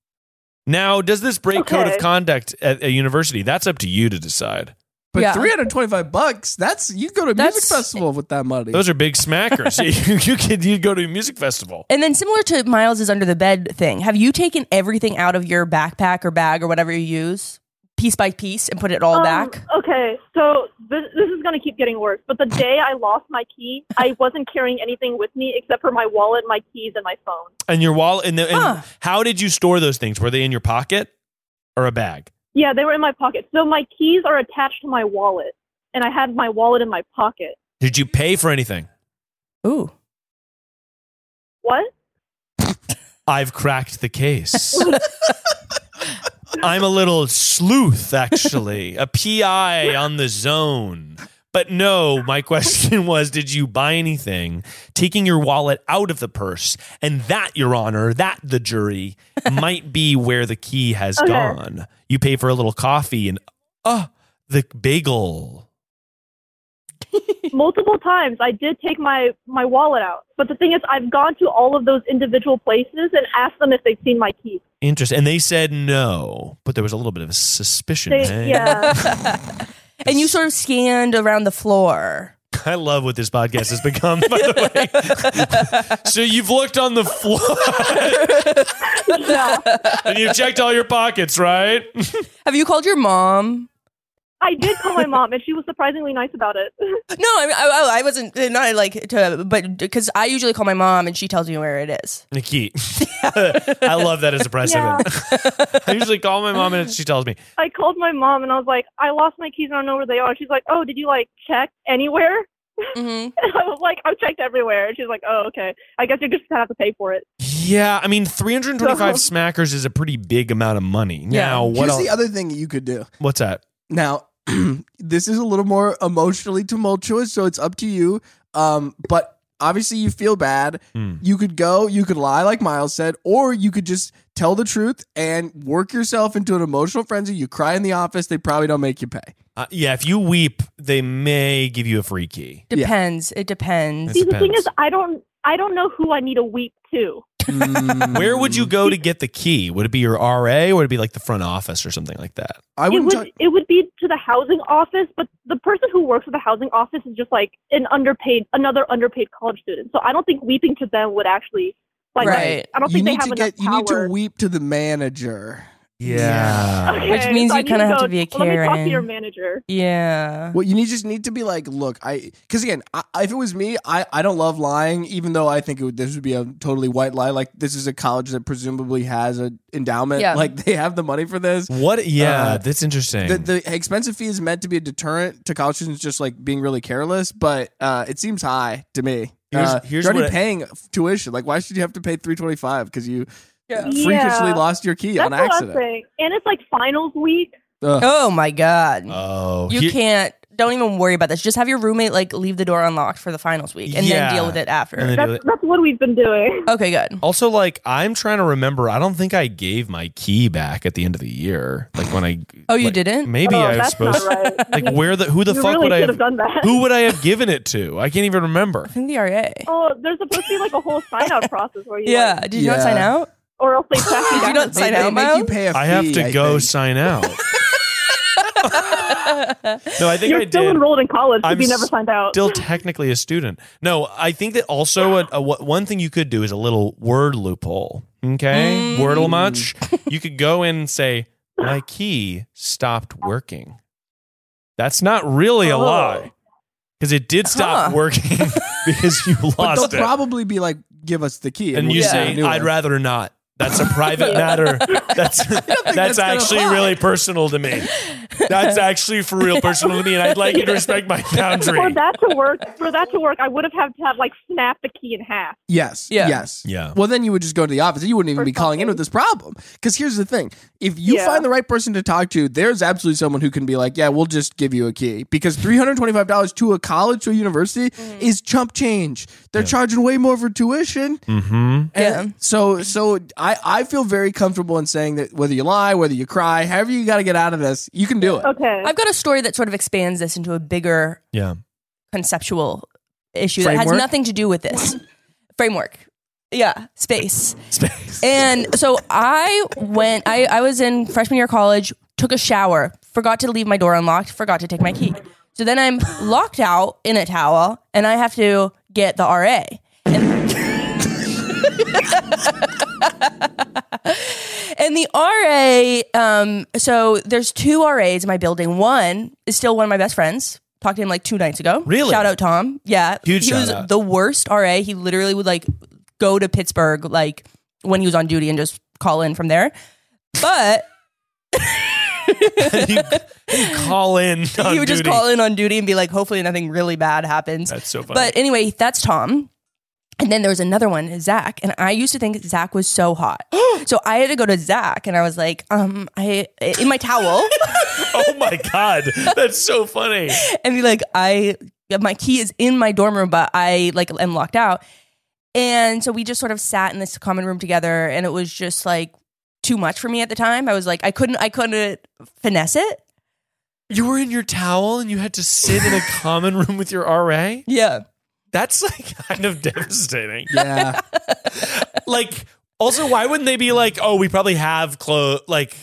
S1: Now, does this break code of
S5: Okay.
S1: conduct at a university? That's up to you to decide.
S2: But
S3: Yeah.
S2: 325 bucks, that's you go to a music
S3: That's-
S2: festival with that money.
S1: Those are big smackers. you, you could you go to a music festival.
S3: And then similar to Miles's under the bed thing, have you taken everything out of your backpack or bag or whatever you use, piece by piece, and put it all
S5: Um,
S3: back?
S5: Okay, so this, this is going to keep getting worse. But the day I lost my key, I wasn't carrying anything with me except for my wallet, my keys, and my phone.
S1: And your wallet. And, the, and
S3: Huh.
S1: how did you store those things? Were they in your pocket or a bag?
S5: Yeah, they were in my pocket. So my keys are attached to my wallet, and I had my wallet in my pocket.
S1: Did you pay for anything?
S3: Ooh,
S5: What?
S1: I've cracked the case. I'm a little sleuth, actually, a PI on the zone. But no, my question was Did you buy anything? Taking your wallet out of the purse, and that, Your Honor, that the jury might be where the key has
S5: Okay.
S1: gone. You pay for a little coffee and, oh, the bagel.
S5: multiple times I did take my my wallet out. But the thing is, I've gone to all of those individual places and asked them if they've seen my keys.
S1: Interesting. And they said no, but there was a little bit of a suspicion.
S5: They,
S1: Hey.
S5: yeah,
S3: and you sort of scanned around the floor.
S1: I love what this podcast has become, by the way. so you've looked on the floor
S5: yeah.
S1: and you've checked all your pockets, right?
S3: Have you called your mom?
S5: I did call my mom, and she was surprisingly nice about it.
S3: No, I, mean, I, I- I wasn't not like to, but because I usually call my mom and she tells me where it is.
S1: Nikki. I love that as a precedent. I usually call my mom and she tells me,
S5: I called my mom, and I was like, "I lost my keys. I don't know where they are." She's like, "Oh, did you like check anywhere?"
S3: hmm
S5: And I was like, "I've checked everywhere." And she's like, "Oh, okay. I guess you're just gonna have to pay for it."
S1: Yeah, I mean,
S5: Uh-huh.
S1: 325 smackers is a pretty big amount of money. Now, what
S2: Here's
S1: else?
S2: the other thing you could do.
S1: What's that?
S2: Now, this is a little more emotionally tumultuous, so it's up to you. Um, but obviously, you feel bad.
S1: Hmm.
S2: You could go, you could lie, like Miles said, or you could just tell the truth and work yourself into an emotional frenzy. You cry in the office, they probably don't make you pay.
S1: Uh, yeah, if you weep, they may give you a free key.
S2: Yeah.
S3: Depends. It depends.
S1: It
S5: See, the thing
S1: depends.
S5: is, um, I don't, I don't know who I need to weep to.
S1: Where would you go to get the key? Would it be your RA or would it be like the front office or something like that?
S2: I
S5: it
S2: wouldn't.
S5: would
S2: talk-
S5: it would be to the housing office, but the person who works at the housing office is just like an underpaid, another underpaid college student. So I don't think weeping to them would actually like.
S3: Right.
S5: I don't
S2: you
S5: think they
S2: need
S5: have
S2: to
S5: enough
S2: get. You need to
S5: power.
S2: weep to the manager.
S1: Yeah.
S2: Uh,
S5: Okay,
S3: Which means
S5: so I
S3: you
S5: need
S3: kinda have
S5: go,
S3: to be a
S5: Let me talk
S3: Karen.
S5: to your manager.
S3: Yeah.
S2: Well, you need just need to be like, look, I because again, I, if it was me, I I don't love lying, even though I think it would, this would be a totally white lie. Like this is a college that presumably has an endowment,
S3: Yeah.
S2: like they have the money for this.
S1: What? Yeah,
S2: Uh,
S1: that's interesting.
S2: The, the expensive fee is meant to be a deterrent to college students just like being really careless, but uh, it seems high to me.
S1: Here's-
S2: Uh,
S1: here's
S2: you're
S1: what I-
S2: already paying tuition. Like, why should you have to pay three twenty five because you
S3: Yeah.
S2: freakishly
S5: Yeah.
S2: lost your key
S5: That's
S2: on
S5: what I'm
S2: accident?
S5: saying. And it's like finals week.
S2: Ugh.
S3: Oh my god.
S1: oh,
S3: You
S1: here-
S3: can't. Don't even worry about this. Just have your roommate like leave the door unlocked for the finals week, and
S1: Yeah.
S3: then deal with it after.
S1: And then do
S5: That's
S1: it.
S5: that's what we've been doing.
S3: okay, good.
S1: Also, like, I'm trying to remember. I don't think I gave my key back at the end of the year. Like when I.
S3: Oh, you
S1: like,
S3: didn't?
S1: Maybe
S5: oh,
S1: I was
S5: that's
S1: supposed.
S5: not right.
S1: Like, where the who the
S5: you
S1: fuck
S5: really
S1: would I
S5: should
S1: have?
S5: have done that.
S1: Who would I have given it to? I can't even remember.
S3: I think the RA.
S5: Oh, there's supposed to be like a whole sign out process where you
S3: yeah.
S5: like,
S3: Did you not
S2: Yeah.
S3: sign out?
S5: or else they track you
S3: Did you
S5: down.
S3: not
S2: They-
S3: sign
S2: they
S3: out,
S2: make you
S3: Miles?
S2: pay a
S1: I have
S2: fee,
S1: to
S2: I
S1: go
S2: think.
S1: sign out. no, I think
S5: You're
S1: I
S5: still
S1: did.
S5: enrolled in college
S1: I'm
S5: because you never signed out.
S1: Still technically a student. No, I think that also a, a, what- one thing you could do is a little word loophole. Okay, Wordle much. You could go in and say my key stopped working. That's not really a
S5: Oh.
S1: lie because it did stop
S3: Huh.
S1: working because you
S2: But
S1: lost
S2: they'll
S1: it.
S2: probably be like, "Give us the key,"
S1: and
S2: we'll
S1: you
S2: get a
S1: say
S2: new
S1: I'd
S2: one."
S1: rather not. That's a private matter. That's that's,
S2: that's gonna
S1: actually
S2: fly.
S1: really personal to me. That's actually for real personal to me, and I'd like you to respect my boundary.
S5: for that to work, for that to work, I would have had to have like snap the key in half.
S2: Yes.
S3: Yeah.
S2: Yes.
S1: Yeah.
S2: Well, then you would just go to the office. You wouldn't even
S5: Or
S2: be calling in
S5: something.
S2: with this problem. Because here's the thing: if you
S5: Yeah.
S2: find the right person to talk to, there's absolutely someone who can be like, "Yeah, we'll just give you a key." Because three hundred twenty-five dollars to a college to a university is chump change. They're charging way more for tuition.
S1: Mm-hmm.
S2: And So, so I I feel very comfortable in saying that whether you lie, whether you cry, however you got to get out of this, you can do it.
S5: Okay.
S3: I've got a story that sort of expands this into a bigger
S1: Yeah.
S3: conceptual issue that
S2: Framework?
S3: has nothing to do with this framework. Yeah, space.
S1: Space.
S3: And so I went, I, I was in freshman year of college, took a shower forgot to leave my door unlocked, forgot to take my key. So then I'm locked out in a towel and I have to get the RA. And, and the RA, um, so there's two RAs in my building. One is still one of my best friends. Talked to him like two nights ago.
S1: Really?
S3: Shout out Tom. Yeah.
S1: Huge
S3: He was
S1: shout out.
S3: the worst RA. He literally would like go to Pittsburgh like when he was on duty and just call in from there. But
S1: you, you call in. On
S3: he would just
S1: duty.
S3: call in on duty and be like, hopefully nothing really bad happens.
S1: That's so funny.
S3: But anyway, that's Tom. And then there was another one, Zach. And I used to think Zach was so hot. so I had to go to Zach and I was like, um, I in my towel
S1: oh my god, that's so funny.
S3: and be like, I my key is in my dorm room, but I like am locked out. And so we just sort of sat in this common room together and it was just like too much for me at the time. I was like, I couldn't I couldn't finesse it.
S1: You were in your towel and you had to sit in a common room with your RA.
S3: Yeah.
S1: That's like kind of devastating.
S2: Yeah.
S1: Like, also, why wouldn't they be like, oh, we probably have clothes? Like,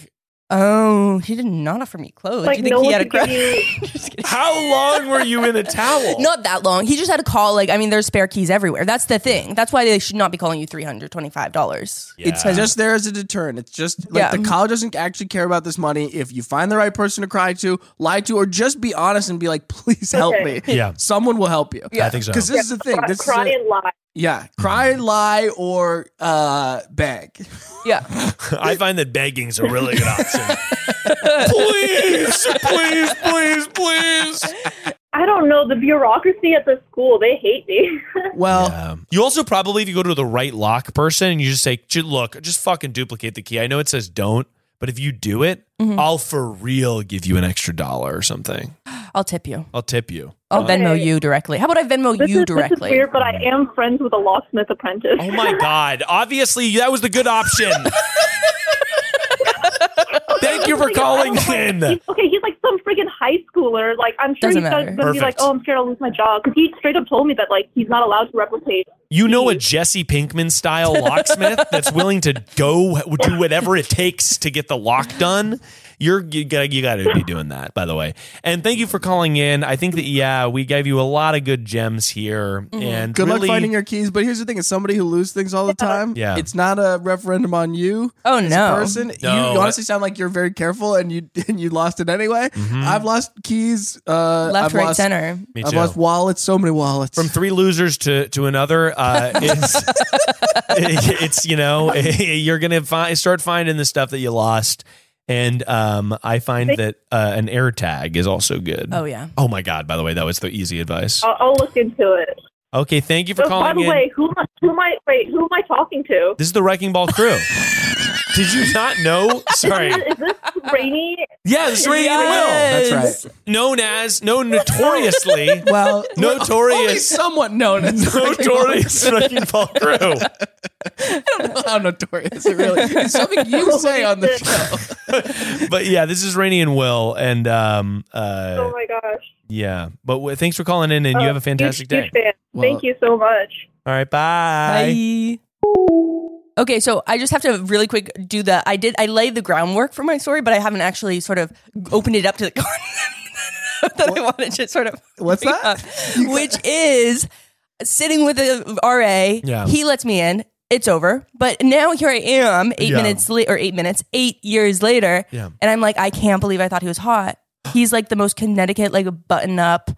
S3: Oh, he did not offer me clothes.
S5: Like,
S3: Do you think
S5: no
S3: he
S5: one
S3: had a
S5: could give
S3: crush?
S5: you-
S3: Just kidding.
S1: how long were you in a towel?
S3: Not that long. He just had to call. Like, I mean, there's spare keys everywhere. That's the thing. That's why they should not be calling you three hundred twenty-five dollars.
S1: Yeah.
S2: It's just there as a deterrent. It's just like
S3: Yeah.
S2: the college doesn't actually care about this money. If you find the right person to cry to, lie to, or just be honest and be like, please help
S5: Okay.
S2: me.
S1: Yeah.
S2: Someone will help you.
S1: Yeah. I think so. Mm-hmm.
S2: Because this is the thing.
S5: Cry,
S2: This is
S5: cry
S2: a-
S5: and lie.
S2: yeah. Cry, lie, or uh, beg.
S3: Yeah,
S1: I find that begging's a really good option. please, please, please, please.
S5: I don't know. The bureaucracy at the school, they hate me.
S2: Well,
S1: Um, you also probably, if you go to the right lock person and you just say, "Ju- look, just fucking duplicate the key. I know it says don't, but if you do it, I'll for real give you an extra dollar or something.
S3: I'll tip you.
S1: I'll tip you. Uh,
S3: I'll Venmo you directly. How about I Venmo
S5: this,
S3: you
S5: is, this is
S3: directly?
S5: weird, but I am friends with a locksmith apprentice.
S1: Oh my God. Obviously, that was the good option. Thank you for calling in.
S5: He's- okay, he's like some freaking high schooler. Like I'm sure
S3: Doesn't
S5: he's
S3: matter.
S5: gonna gonna be like,
S1: Perfect.
S5: "Oh, I'm scared I'll lose my job," because he straight up told me that like he's not allowed to replicate.
S1: You know a Jesse Pinkman style locksmith that's willing to go do whatever it takes to get the lock done. You're you got you got to be doing that, by the way. And thank you for calling in. I think that yeah, we gave you a lot of good gems here. And
S2: Mm-hmm. good
S1: really,
S2: luck finding your keys. But here's the thing: as somebody who loses things all the time,
S1: Yeah.
S2: it's not a referendum on you.
S3: Oh,
S2: as a
S3: no.
S2: person, You-
S1: No.
S2: you, honestly sound like you're very careful, and you and you lost it anyway. I've lost keys. Uh,
S3: Left,
S2: I've
S3: right,
S2: lost,
S3: center.
S1: Mm-hmm. Me
S2: I've
S1: too.
S2: lost wallets. So many wallets.
S1: from three losers to to another uh it's, it's you know you're gonna find start finding the stuff that you lost and um i find that uh, an air tag is also good
S3: Oh yeah.
S1: oh my god by the way that was the easy advice
S5: I'll, I'll look into it.
S1: okay thank you for
S5: Oh, by
S1: calling
S5: the
S1: in
S5: way, who am, I, who am I? Wait, who am I talking to?
S1: this is the wrecking ball crew did you not know sorry
S5: Is this Rainy?
S1: yeah this is Rainy and
S3: Yes.
S2: That's right.
S1: will known as known notoriously
S2: Well, only
S1: notorious
S2: somewhat known as
S1: notorious wrecking ball crew
S2: How notorious it really is. It's something you say on the show.
S1: but yeah this is rainy and will and um uh
S5: Oh my gosh!
S1: Yeah. But w- thanks for calling in and
S5: Uh,
S1: you have a fantastic
S5: Huge-
S1: day.
S5: huge fan.
S2: Well-
S5: Thank you so much.
S1: All right. Bye.
S3: Bye. Okay, so I just have to really quick do the. I did. I laid the groundwork for my story, but I haven't actually sort of opened it up to the concept that I wanted to sort of.
S2: What's
S3: bring
S2: that?
S3: up, which is sitting with a RA.
S1: Yeah.
S3: He lets me in. It's over. But now here I am, eight
S1: Yeah.
S3: minutes late or eight minutes, eight years later,
S1: Yeah.
S3: and I'm like, I can't believe I thought he was hot. He's like the most Connecticut, like button up,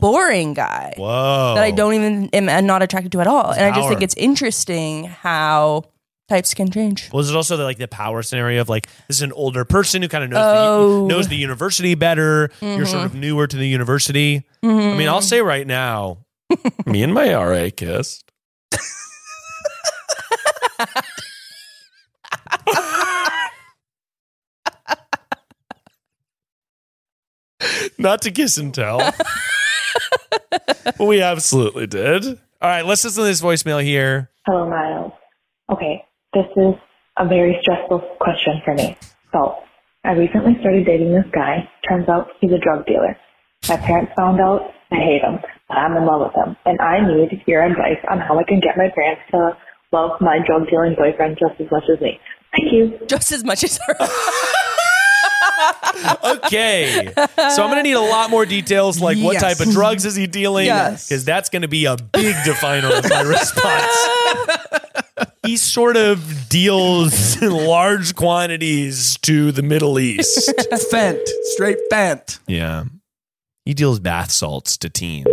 S3: boring guy
S1: Whoa.
S3: that I don't even am, am not attracted to at all. And I just think
S1: Oh. Power.
S3: it's interesting how types can change.
S1: Well, there's also the, like the power scenario of like this is an older person who kind of knows
S3: Oh. Mm-hmm.
S1: the, knows the university better. You're sort of newer to the university. I mean, I'll say right now, me and my RA kissed. Not to kiss and tell. we absolutely did. All right, let's listen to this voicemail here.
S6: Hello, Miles. Okay, this is a very stressful question for me. So, I recently started dating this guy. Turns out he's a drug dealer. My parents found out I hate him, but I'm in love with him, and I need your advice on how I can get my parents to love my drug dealing boyfriend just as much as me. Thank you.
S3: Just as much as her.
S1: okay. So I'm going to need a lot more details like what
S2: Yes.
S1: type of drugs is he dealing?
S2: Yes.
S1: Because that's going to be a big definer of my response. he sort of deals in large quantities to the Middle East.
S2: Fent, straight fent.
S1: Yeah. He deals bath salts to teens.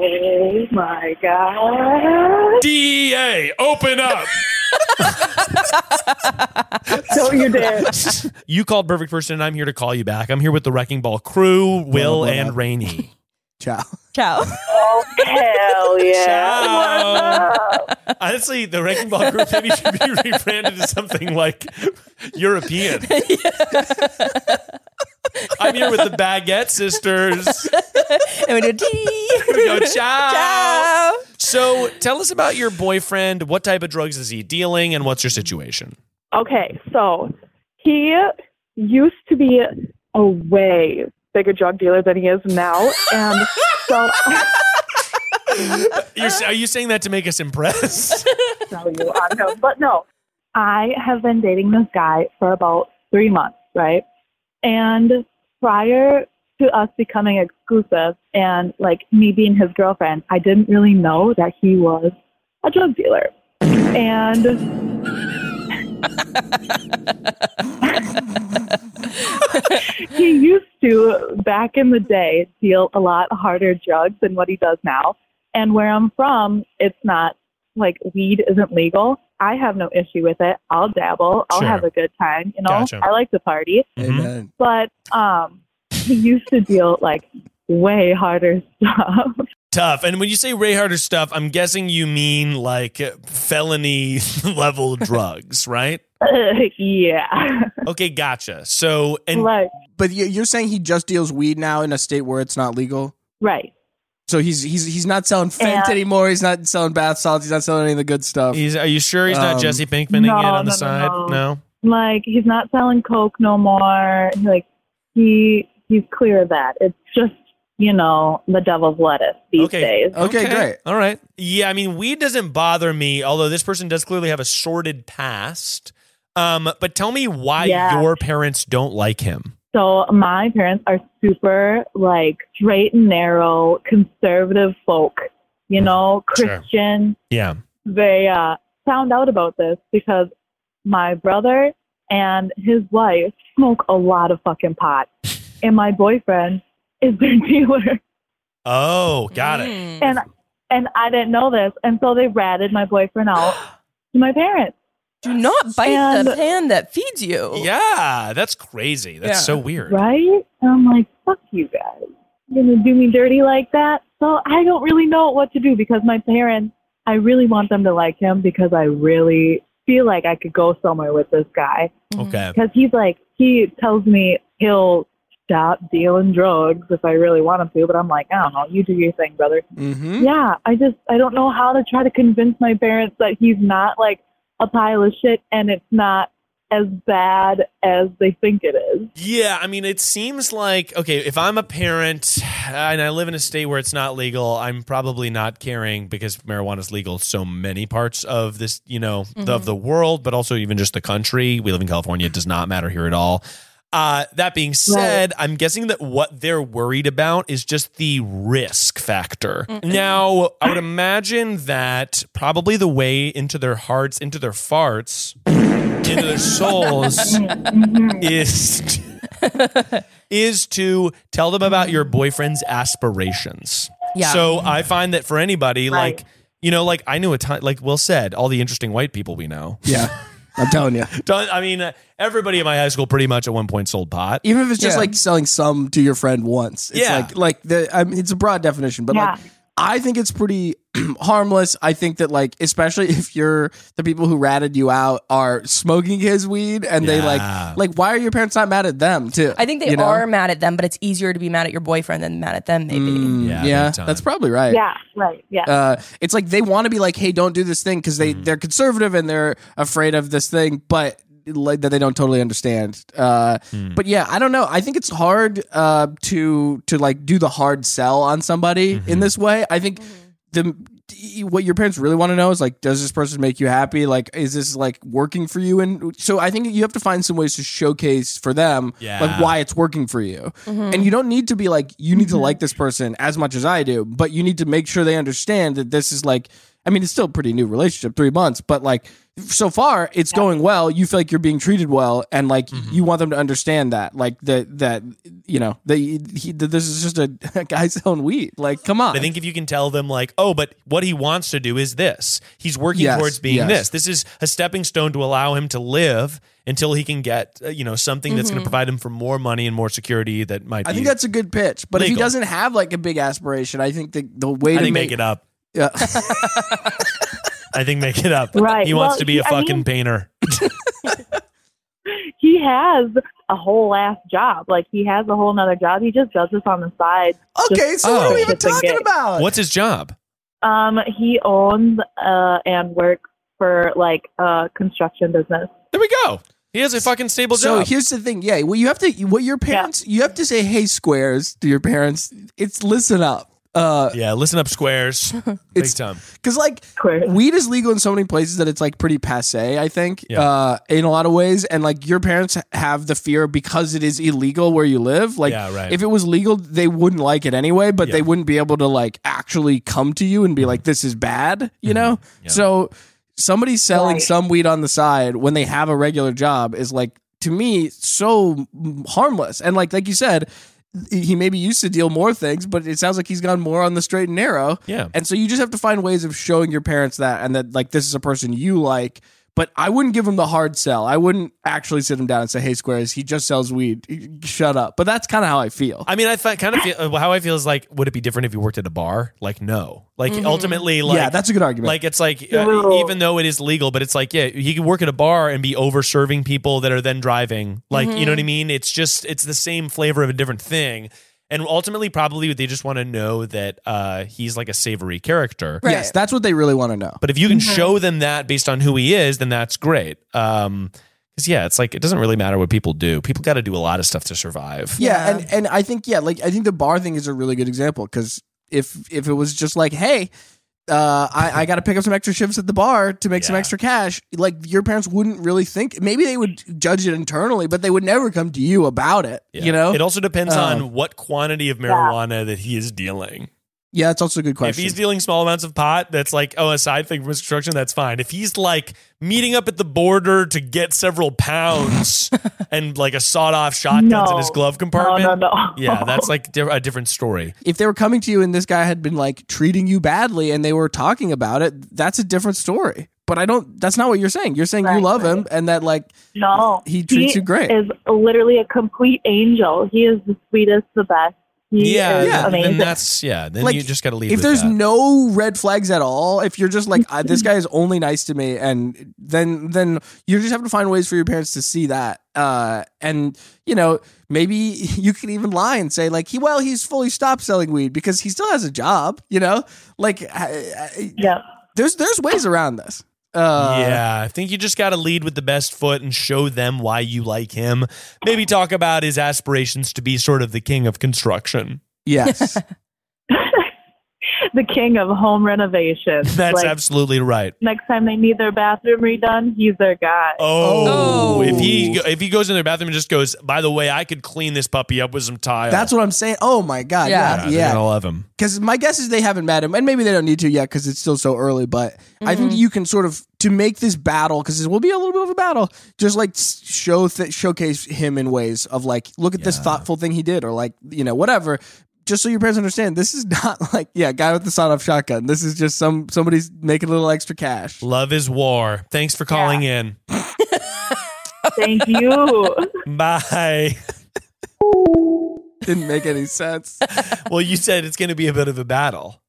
S5: Oh my god.
S1: DEA, E open up.
S5: Don't you dare.
S1: You called Perfect Person, and I'm here to call you back. I'm here with the Wrecking Ball crew, Will and Rainey.
S2: Ciao.
S3: Ciao.
S5: Oh, hell yeah.
S1: Honestly, the Wrecking Ball crew maybe should be rebranded to something like European. I'm here with the Baguette Sisters.
S3: and we do tea.
S1: We go, ciao.
S3: Ciao.
S1: So, tell us about your boyfriend. What type of drugs is he dealing, and what's your situation?
S7: Okay, so he used to be a way bigger drug dealer than he is now, and so
S1: You're, are you saying that to make us impressed?
S5: No, you are. No, but no. I have been dating this guy for about three months, right? And prior to us becoming exclusive and like me being his girlfriend, I didn't really know that he was a drug dealer. And he used to back in the day deal a lot harder drugs than what he does now. And where I'm from, it's not like weed isn't legal. I have no issue with it. I'll dabble. I'll
S1: Sure.
S5: have a good time. You know,
S1: Gotcha.
S5: I like to party
S1: Mm-hmm.
S2: Amen.
S5: but um, he used to deal like way harder stuff.
S1: Tough. And when you say Ray Harder stuff, I'm guessing you mean like felony level drugs, right?
S5: yeah,
S1: Okay, gotcha. So, and
S5: like
S2: But you- you're saying he just deals weed now in a state where it's not legal.
S5: right.
S2: So he's he's he's not selling fent
S5: And-
S2: anymore. He's not selling bath salts. He's not selling any of the good stuff.
S1: he's, are you sure he's not
S2: Um,
S1: Jesse Pinkmaning
S5: no,
S1: it on the
S5: no, no,
S1: side?
S5: no.
S1: No?
S5: Like he's not selling coke no more. He, Like he he's clear of that. It's just you know the devil's lettuce these
S1: Okay.
S5: days.
S2: okay, great.
S1: All right. Yeah, I mean, weed doesn't bother me, although this person does clearly have a sordid past. Um, but tell me why
S5: Yeah.
S1: your parents don't like him.
S5: So my parents are super like straight and narrow, conservative folk. You know,
S1: Sure.
S5: Christian.
S1: Yeah.
S5: they uh, found out about this because my brother and his wife smoke a lot of fucking pot, and my boyfriend is their dealer,
S1: Oh, got it.
S3: Mm.
S5: and and I didn't know this, and so they ratted my boyfriend out to my parents.
S3: Do not bite the
S5: And-
S3: hand that feeds you.
S5: Mm.
S1: Yeah, that's crazy. That's
S3: Yeah.
S1: so weird.
S5: Right? And I'm like, fuck you guys. You're going to do me dirty like that? So I don't really know what to do because my parents, I really want them to like him because I really feel like I could go somewhere with this guy.
S1: Okay.
S5: Because he's like, he tells me he'll stop dealing drugs if I really want him to, but I'm like, I don't know. You do your thing, brother.
S2: Mm-hmm.
S5: Yeah, I just, I don't know how to try to convince my parents that he's not like a pile of shit and it's not as bad as they think it is.
S1: Yeah, I mean, it seems like okay. If I'm a parent and I live in a state where it's not legal, I'm probably not caring because marijuana is legal in so many parts of this, you know, the- of the world, but also even just the country. We live in California; it does not matter here at all. Uh, that being said, I'm guessing that what they're worried about is just the risk factor. Now, I would imagine that probably the way into their hearts, into their farts, into their souls is is to tell them about your boyfriend's aspirations.
S3: Yeah.
S1: So I find that for anybody,
S5: Right.
S1: like you know, like I knew a ton, like Will said, all the interesting white people we know.
S2: Yeah, I'm telling you.
S1: Don't- I mean, uh, everybody in my high school pretty much at one point sold pot.
S2: Even if it's just
S3: Yeah.
S2: like selling some to your friend once, it's
S1: Yeah.
S2: like like the I mean, it's a broad definition, but like
S5: Yeah.
S2: I think it's pretty harmless. I think that like especially if you're the people who ratted you out are smoking his weed and they
S1: Yeah.
S2: like like why are your parents not mad at them too?
S3: I think they
S2: You know?
S3: are mad at them, but it's easier to be mad at your boyfriend than mad at them, maybe.
S2: Mm,
S1: Yeah,
S2: yeah,
S1: big time.
S2: that's probably right.
S5: Yeah, right. Yeah.
S2: Uh, it's like they want to be like, hey, don't do this thing because they
S1: Mm-hmm.
S2: they're conservative and they're afraid of this thing, but like that they don't totally understand. Uh,
S1: Hmm.
S2: But yeah, I don't know. I think it's hard
S1: Mm-hmm.
S5: Mm-hmm.
S2: uh, to to like do the hard sell on somebody in this way. I think the what your parents really want to know is like, does this person make you happy? Like, is this like working for you? And so I think you have to find some ways to showcase for them,
S1: Yeah.
S2: like why it's working for you.
S1: Mhm.
S2: And you don't need to be like, you need to like this person as much as I do, but you need to make sure they understand that this is like, I mean, it's still a pretty new relationship, three months, but like so far it's going well. You feel like you're being treated well, and like
S1: Mm-hmm.
S2: you want them to understand that, like that that you know that, he, that this is just a, guy selling weed. Like, come on.
S1: I think if you can tell them, like, oh, but what he wants to do is this. He's working
S2: Yes,
S1: towards being
S2: yes.
S1: this. This is a stepping stone to allow him to live until he can get, uh, you know, something that's
S5: Mm-hmm.
S1: going
S2: Mhm.
S1: to provide him for more money and more security. That might.
S2: I
S1: be
S2: think that's a good pitch. But if he
S1: legal.
S2: doesn't have like a big aspiration, I think the the way
S1: I
S2: to
S1: think
S2: make,
S1: make it up.
S2: Yeah.
S1: I think make it up.
S5: Right.
S1: He wants
S5: Well,
S1: to be a
S5: I mean-
S1: fucking painter.
S5: He has a whole ass job. Like he has a whole nother job. He just does this on the side.
S2: Okay,
S5: just-
S2: so what are we even
S5: just in
S2: talking
S5: case.
S2: about?
S1: What's his job?
S5: Um, he owns uh and works for like a construction business.
S1: There we go. He has a fucking stable
S2: So
S1: job.
S2: here's the thing, yeah. Well, you have to. What your parents, you have to say, "Hey, squares," to your parents. It's listen up. Uh,
S1: yeah, listen up, squares. Big time.
S2: Because like weed is legal in so many places that it's like pretty passe. I think uh, in a lot of ways, and like your parents have the fear because it is illegal where you live. Like
S1: Yeah, right.
S2: if it was legal, they wouldn't like it anyway, but they wouldn't be able to like actually come to you and
S1: Mm-hmm.
S2: be like, "This is bad," you know. So somebody selling some weed on the side when they have a regular job is like to me so harmless and like like you said he maybe used to deal more things but it sounds like he's gone more on the straight and narrow
S1: Yeah.
S2: and so you just have to find ways of showing your parents that and that like this is a person you like. But I wouldn't give him the hard sell. I wouldn't actually sit him down and say, "Hey, Squares, he just sells weed. Shut up." But that's kind of how I feel.
S1: I mean, I kind of feel uh, how I feel is like, would it be different if you worked at a bar? Like, no. Like,
S5: Mm-hmm.
S2: Mhm.
S1: ultimately, like,
S2: yeah, that's a good argument.
S1: Like it's like uh, even though it is legal, but it's like yeah, you can work at a bar and be over serving people that are then driving. Like
S2: Mm-hmm.
S1: you know what I mean? It's just it's the same flavor of a different thing. And ultimately, probably they just want to know that uh, he's like a savory character.
S2: yes, that's what they really want to know.
S1: But if you
S2: Mm-hmm.
S1: can show them that based on who he is, then that's great. Um, because yeah, it's like it doesn't really matter what people do. People got to do a lot of stuff to survive.
S2: Yeah, and and I think yeah, like I think the bar thing is a really good example because if if it was just like, hey, uh, I, I got to pick up some extra shifts at the bar to make some extra cash, like your parents wouldn't really think. Maybe they would judge it internally, but they would never come to you about it.
S1: Yeah.
S2: You know,
S1: it also depends
S2: Um,
S1: on what quantity of marijuana that he is dealing.
S2: yeah, it's also a good
S1: If
S2: question.
S1: he's dealing small amounts of pot, that's like oh a side thing from his construction. That's fine. If he's like meeting up at the border to get several pounds and like a sawed off shotguns in his
S5: No.
S1: glove compartment,
S5: No, no, no.
S1: yeah, that's like di- a different story.
S2: if they were coming to you and this guy had been like treating you badly and they were talking about it, that's a different story. But I don't. That's not what you're saying. You're saying you love him and that like
S5: No,
S2: he treats you great.
S5: Is literally a complete angel. He is the sweetest, the best. He
S1: yeah,
S5: is
S1: yeah,
S5: amazing.
S1: then that's yeah. Then
S2: Like,
S1: you just got to leave.
S2: if
S1: with
S2: there's
S1: that.
S2: no red flags at all, if you're just like I, this guy is only nice to me, and then then you just have to find ways for your parents to see that. Uh, and you know maybe you can even lie and say like he well he's fully stopped selling weed because he still has a job. You know, like yeah, there's there's ways around this. Uh,
S1: yeah, I think you just got to lead with the best foot and show them why you like him. Maybe talk about his aspirations to be sort of the king of construction.
S2: Yes.
S5: the king of home renovation.
S1: That's
S5: like,
S1: absolutely right.
S5: next time they need their bathroom redone, he's their guy.
S1: Oh, if he if he goes in their bathroom and just goes, by the way, I could clean this puppy up with some tile.
S2: That's what I'm saying. Oh my god.
S1: yeah,
S2: Yeah.
S1: they're
S2: Yeah.
S1: gonna love him.
S2: Because my guess is they haven't met him, and maybe they don't need to yet because it's still so early. But I think you can sort of to make this battle because it will be a little bit of a battle. Just like s- show th- showcase him in ways of like, look at this thoughtful thing he did, or like you know whatever. Just so your parents understand, this is not like yeah, guy with the sawed-off shotgun. This is just some somebody's making a little extra cash.
S1: Love is war. Thanks for calling in.
S5: Thank you.
S1: Bye.
S2: Didn't make any sense.
S1: well, you said it's going to be a bit of a battle.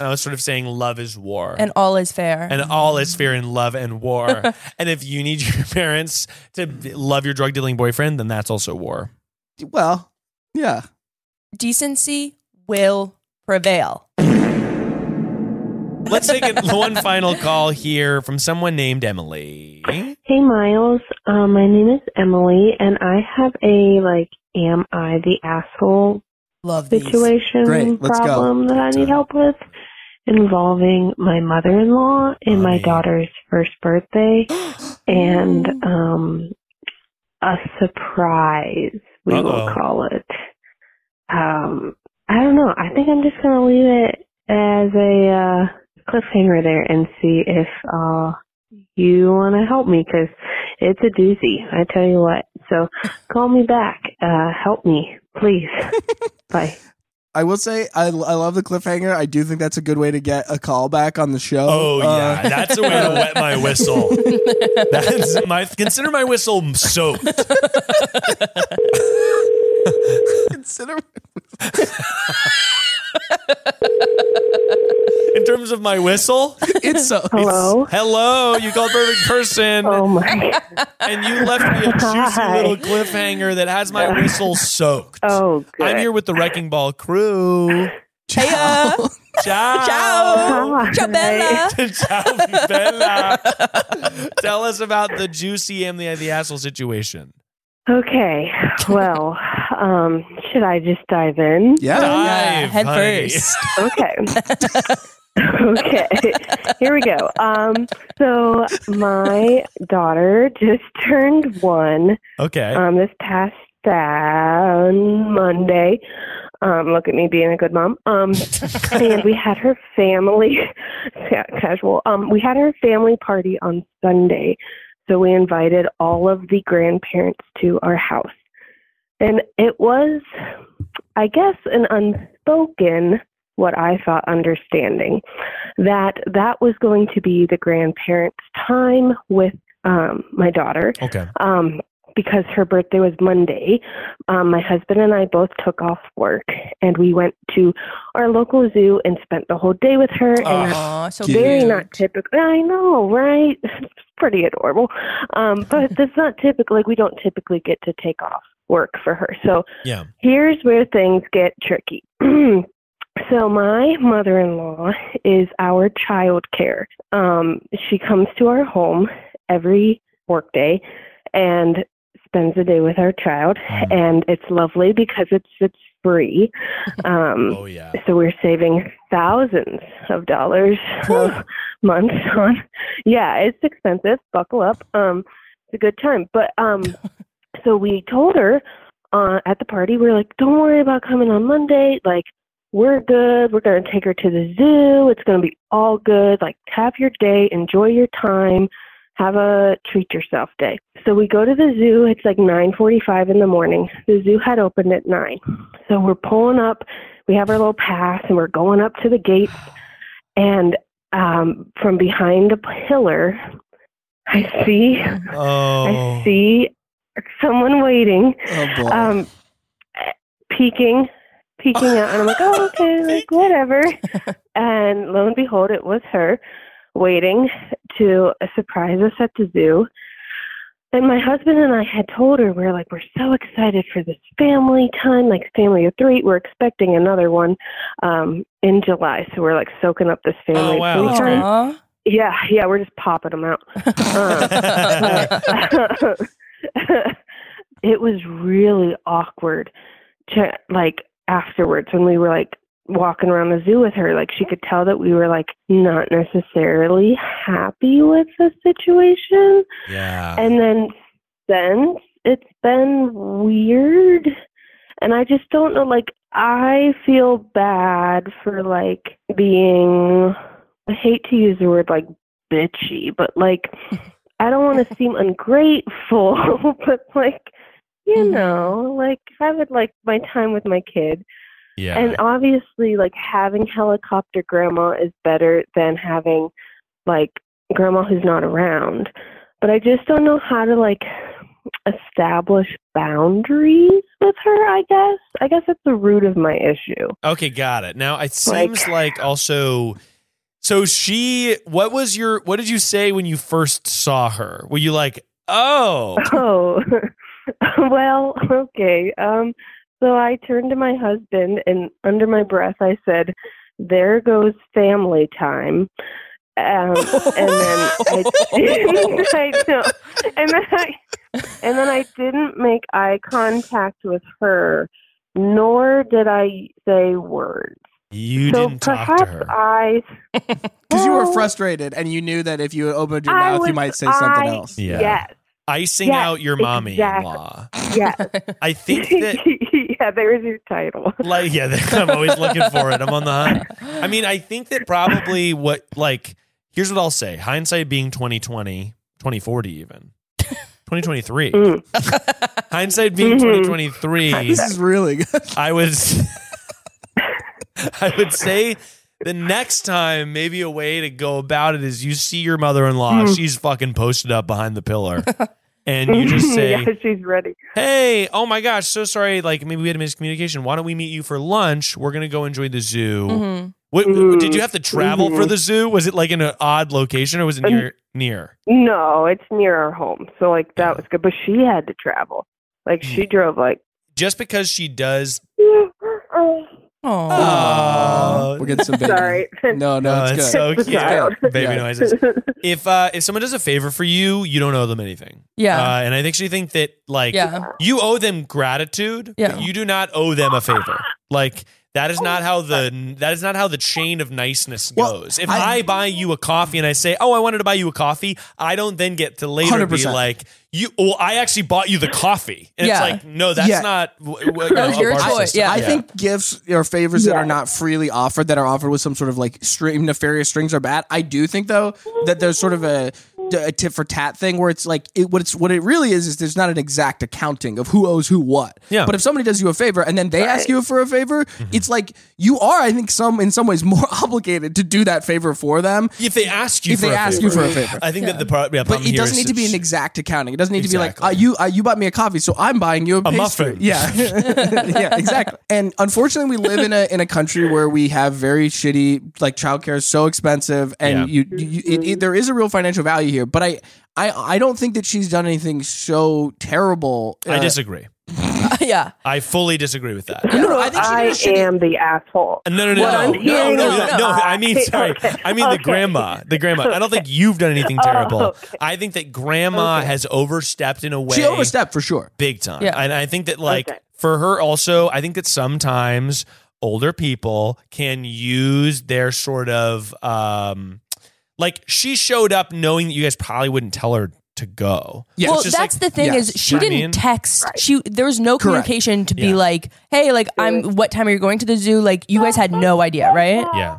S1: And I was sort of saying love is war.
S3: And all is fair.
S1: and all is fear and love and war. and if you need your parents to b- love your drug dealing boyfriend, then that's also war.
S2: well, yeah.
S3: Decency will prevail.
S1: Let's take it, one final call here from someone named Emily.
S8: Hey Miles, um, my name is Emily, and I have a like, am I the asshole
S3: Love
S8: situation
S2: Great, let's go.
S8: problem that I need help with.
S5: involving my mother-in-law and my daughter's first birthday and um a surprise we will
S8: Uh-oh.
S5: call it um i don't know i think i'm just going to leave it as a uh cliffhanger there and see if uh you want to help me because it's a doozy i tell you what so call me back uh help me please bye
S2: I will say I, I love the cliffhanger. I do think that's a good way to get a call back on the show. Uh,
S1: Oh yeah, that's a way to wet my whistle. That's my consider my whistle soaked.
S2: Consider
S1: In terms of my whistle,
S2: it's so
S8: Oh,
S5: hello.
S1: hello, you called perfect person. Oh
S5: my!
S1: And you left me a juicy
S5: Hi.
S1: little cliffhanger that has my whistle soaked.
S5: Oh, good.
S1: I'm here with the Wrecking Ball crew.
S8: uh,
S3: Ciao.
S1: Ciao.
S3: Ciao. Ciao, Bella.
S1: Ciao, Bella. Tell us about the juicy and the, the asshole situation.
S5: Okay. Well, um, should I just dive in?
S1: Yeah.
S8: um,
S1: Dive, Oh, Yeah, head honey. first.
S5: okay. okay. Here we go. Um, so my daughter just turned one.
S1: Okay.
S5: Um, this past down Monday. Um, look at me being a good mom. Um, and we had her family ca- casual. Um, we had her family party on Sunday, so we invited all of the grandparents to our house, and it was, I guess, an unspoken what I thought understanding that that was going to be the grandparents' time with um, my daughter.
S1: Okay.
S5: Um, because her birthday was Monday, um, my husband and I both took off work and we went to our local zoo and spent the whole day with her. And
S3: Aw,
S5: that's
S3: so
S5: very
S3: cute.
S5: not typical. I know, right? It's pretty adorable. Um, but that's not typical. Like we don't typically get to take off work for her. So
S1: Yeah.
S5: here's where things get tricky. so my mother-in-law is our child care. Um, she comes to our home every workday and spends the day with our child and it's lovely because it's it's free. Um
S1: oh, yeah.
S5: so we're saving thousands of dollars a month on yeah, it's expensive. Buckle up. Um it's a good time. But um so we told her uh, at the party, we were like, don't worry about coming on Monday. Like, we're good. We're going to take her to the zoo. It's going to be all good. Like, have your day. Enjoy your time. Have a treat yourself day. So we go to the zoo. It's like 9.45 in the morning. The zoo had opened at 9. So we're pulling up. We have our little pass, and we're going up to the gates. And um, from behind a pillar, I see I
S1: Oh.
S5: see someone waiting,
S2: Oh,
S1: boy.
S5: um, peeking, peeking out, and I'm like, oh, okay, like whatever. And lo and behold, it was her waiting to surprise us at the zoo. And my husband and I had told her we are like we're so excited for this family time, like family of three. We're expecting another one um, in July, so we're like soaking up this family.
S3: Oh, wow,
S5: free
S3: that's
S5: time.
S3: great. Aw.
S5: Yeah, yeah, we're just popping them out. Um, it was really awkward to like afterwards when we were like walking around the zoo with her like she could tell that we were like not necessarily happy with the situation
S1: Yeah.
S5: and then since it's been weird and i just don't know like i feel bad for like being i hate to use the word like bitchy but like i don't want to seem ungrateful but like you know like i would like my time with my kid
S1: Yeah.
S5: and obviously, like having helicopter grandma is better than having like grandma who's not around. But I just don't know how to like establish boundaries with her, I guess. I guess that's the root of my issue.
S1: Okay, got it. Now it seems like, also so she what was your what did you say when you first saw her? Were you like, "Oh,
S5: Oh. well, okay. Um so I turned to my husband and under my breath I said, "There goes family time." Um, and then I, didn't, I know. And then I, and then I didn't make eye contact with her, nor did I say words.
S1: You
S8: so
S1: didn't talk
S8: perhaps
S1: to her.
S8: I
S2: Because you were
S8: Well,
S2: frustrated and you knew that if you opened
S8: Oh.
S2: your
S8: I
S2: mouth, you
S8: was-
S2: might say something
S8: I-
S2: else.
S1: Yeah.
S8: Yes.
S1: Icing
S8: Yes,
S1: out your mommy in law.
S8: Yes.
S1: I think that
S8: yeah, there's your title.
S1: like yeah, I'm always looking for it. I'm on the hunt. I mean, I think that probably what like here's what I'll say. Hindsight being 2020, 2040 even. 2023.
S8: Mm.
S1: Hindsight being
S2: Mhm.
S8: Mm-hmm.
S1: 2023.
S2: This is really good.
S1: I would I would say the next time maybe a way to go about it is you see your mother-in-law,
S8: Mm.
S1: she's fucking posted up behind the pillar. And you just say,
S8: yeah, she's ready.
S1: hey, oh my gosh, so sorry. Like maybe we had a miscommunication. Why don't we meet you for lunch? We're gonna go enjoy the zoo.
S3: Mm-hmm.
S8: Mhm.
S1: What,
S8: Mm.
S1: Did you have to travel for
S8: Mhm.
S1: the zoo? Was it like in an odd location or was it
S8: Um,
S1: near near?
S8: No, it's near our home, so like that was good. But she had to travel. Like
S2: Hmm.
S8: she drove like.
S1: Just because she does.
S3: Oh,
S1: Oh,
S2: We'll get some baby.
S8: Sorry.
S2: No, no, it's,
S1: it's
S2: good.
S1: so
S8: It's
S1: cute.
S8: wild.
S1: Baby
S2: Yeah.
S1: noises. If uh, if someone does a favor for you, you don't owe them anything.
S3: Yeah.
S1: uh, and I actually think that like
S3: Yeah.
S1: you owe them gratitude.
S3: Yeah.
S1: but You do not owe them a favor. Like that is not how the that is not how the chain of niceness
S2: Well,
S1: goes. If I,
S2: I-
S1: buy you a coffee and I say, "Oh, I wanted to buy you a coffee," I don't then get to later be
S2: 100%.
S1: like, "You, well, I actually bought you the coffee." And
S3: Yeah.
S1: it's like, no, that's
S2: Yeah.
S1: not. W- w- you
S3: That was
S1: know, a
S3: your
S1: bar
S3: choice.
S1: system.
S3: Yeah.
S2: I think gifts or favors that
S8: Yeah.
S2: are not freely offered, that are offered with some sort of like stream nefarious strings are bad. I do think though that there's sort of a, a tit for tat thing where it's like it, what it's what it really is is there's not an exact accounting of who owes who what.
S1: Yeah. Mm-hmm.
S2: But if somebody does you a favor and then they ask you for a favor, it's like you are I think some in some ways more obligated to do that favor for them.
S1: if they ask you,
S2: If
S1: for
S2: they
S1: a
S2: ask
S1: favor,
S2: you for a favor.
S1: I think that the pro- yeah,
S2: But
S1: problem
S2: it
S1: here
S2: doesn't
S1: is
S2: need to be
S1: it's-
S2: an exact accounting. It doesn't need to be
S1: Exactly.
S2: like, uh, you uh, you bought me a coffee, so I'm buying you a, pastry.
S1: muffin.
S2: Yeah, yeah, exactly. And unfortunately, we live in a in a country where we have very shitty like childcare is so expensive, and
S1: Yeah.
S2: you, you, you it, it, there is a real financial value here. But I I I don't think that she's done anything so terrible.
S1: I
S2: uh,
S1: disagree.
S3: yeah.
S1: I fully disagree with that.
S2: No, no, I think she
S8: I
S2: did a shitty-
S8: am the asshole.
S1: Uh, No, no, no,
S8: Well,
S1: no,
S8: I'm
S1: no, no,
S8: hearing
S1: no,
S8: that.
S1: no. I mean,
S8: Okay,
S1: sorry.
S8: okay,
S1: I mean the
S8: okay. Oh,
S1: grandma, the grandma. I don't think you've done anything terrible.
S8: okay.
S1: I think that grandma has overstepped in a way.
S2: She overstepped for sure.
S1: big time.
S3: Yeah.
S1: And I think that like
S8: Okay.
S1: for her also, I think that sometimes older people can use their sort of um like she showed up knowing that you guys probably wouldn't tell her to go.
S2: Yeah,
S3: well,
S2: it's
S1: just
S3: that's
S1: like-
S3: the thing
S2: yes.
S3: is she
S1: You know what I
S3: didn't
S1: mean?
S3: text. She there was no
S2: Correct.
S3: communication to be
S1: Yeah.
S3: like, "Hey, like I'm what time are you going to the zoo?" Like you guys had no idea, right?
S1: Yeah.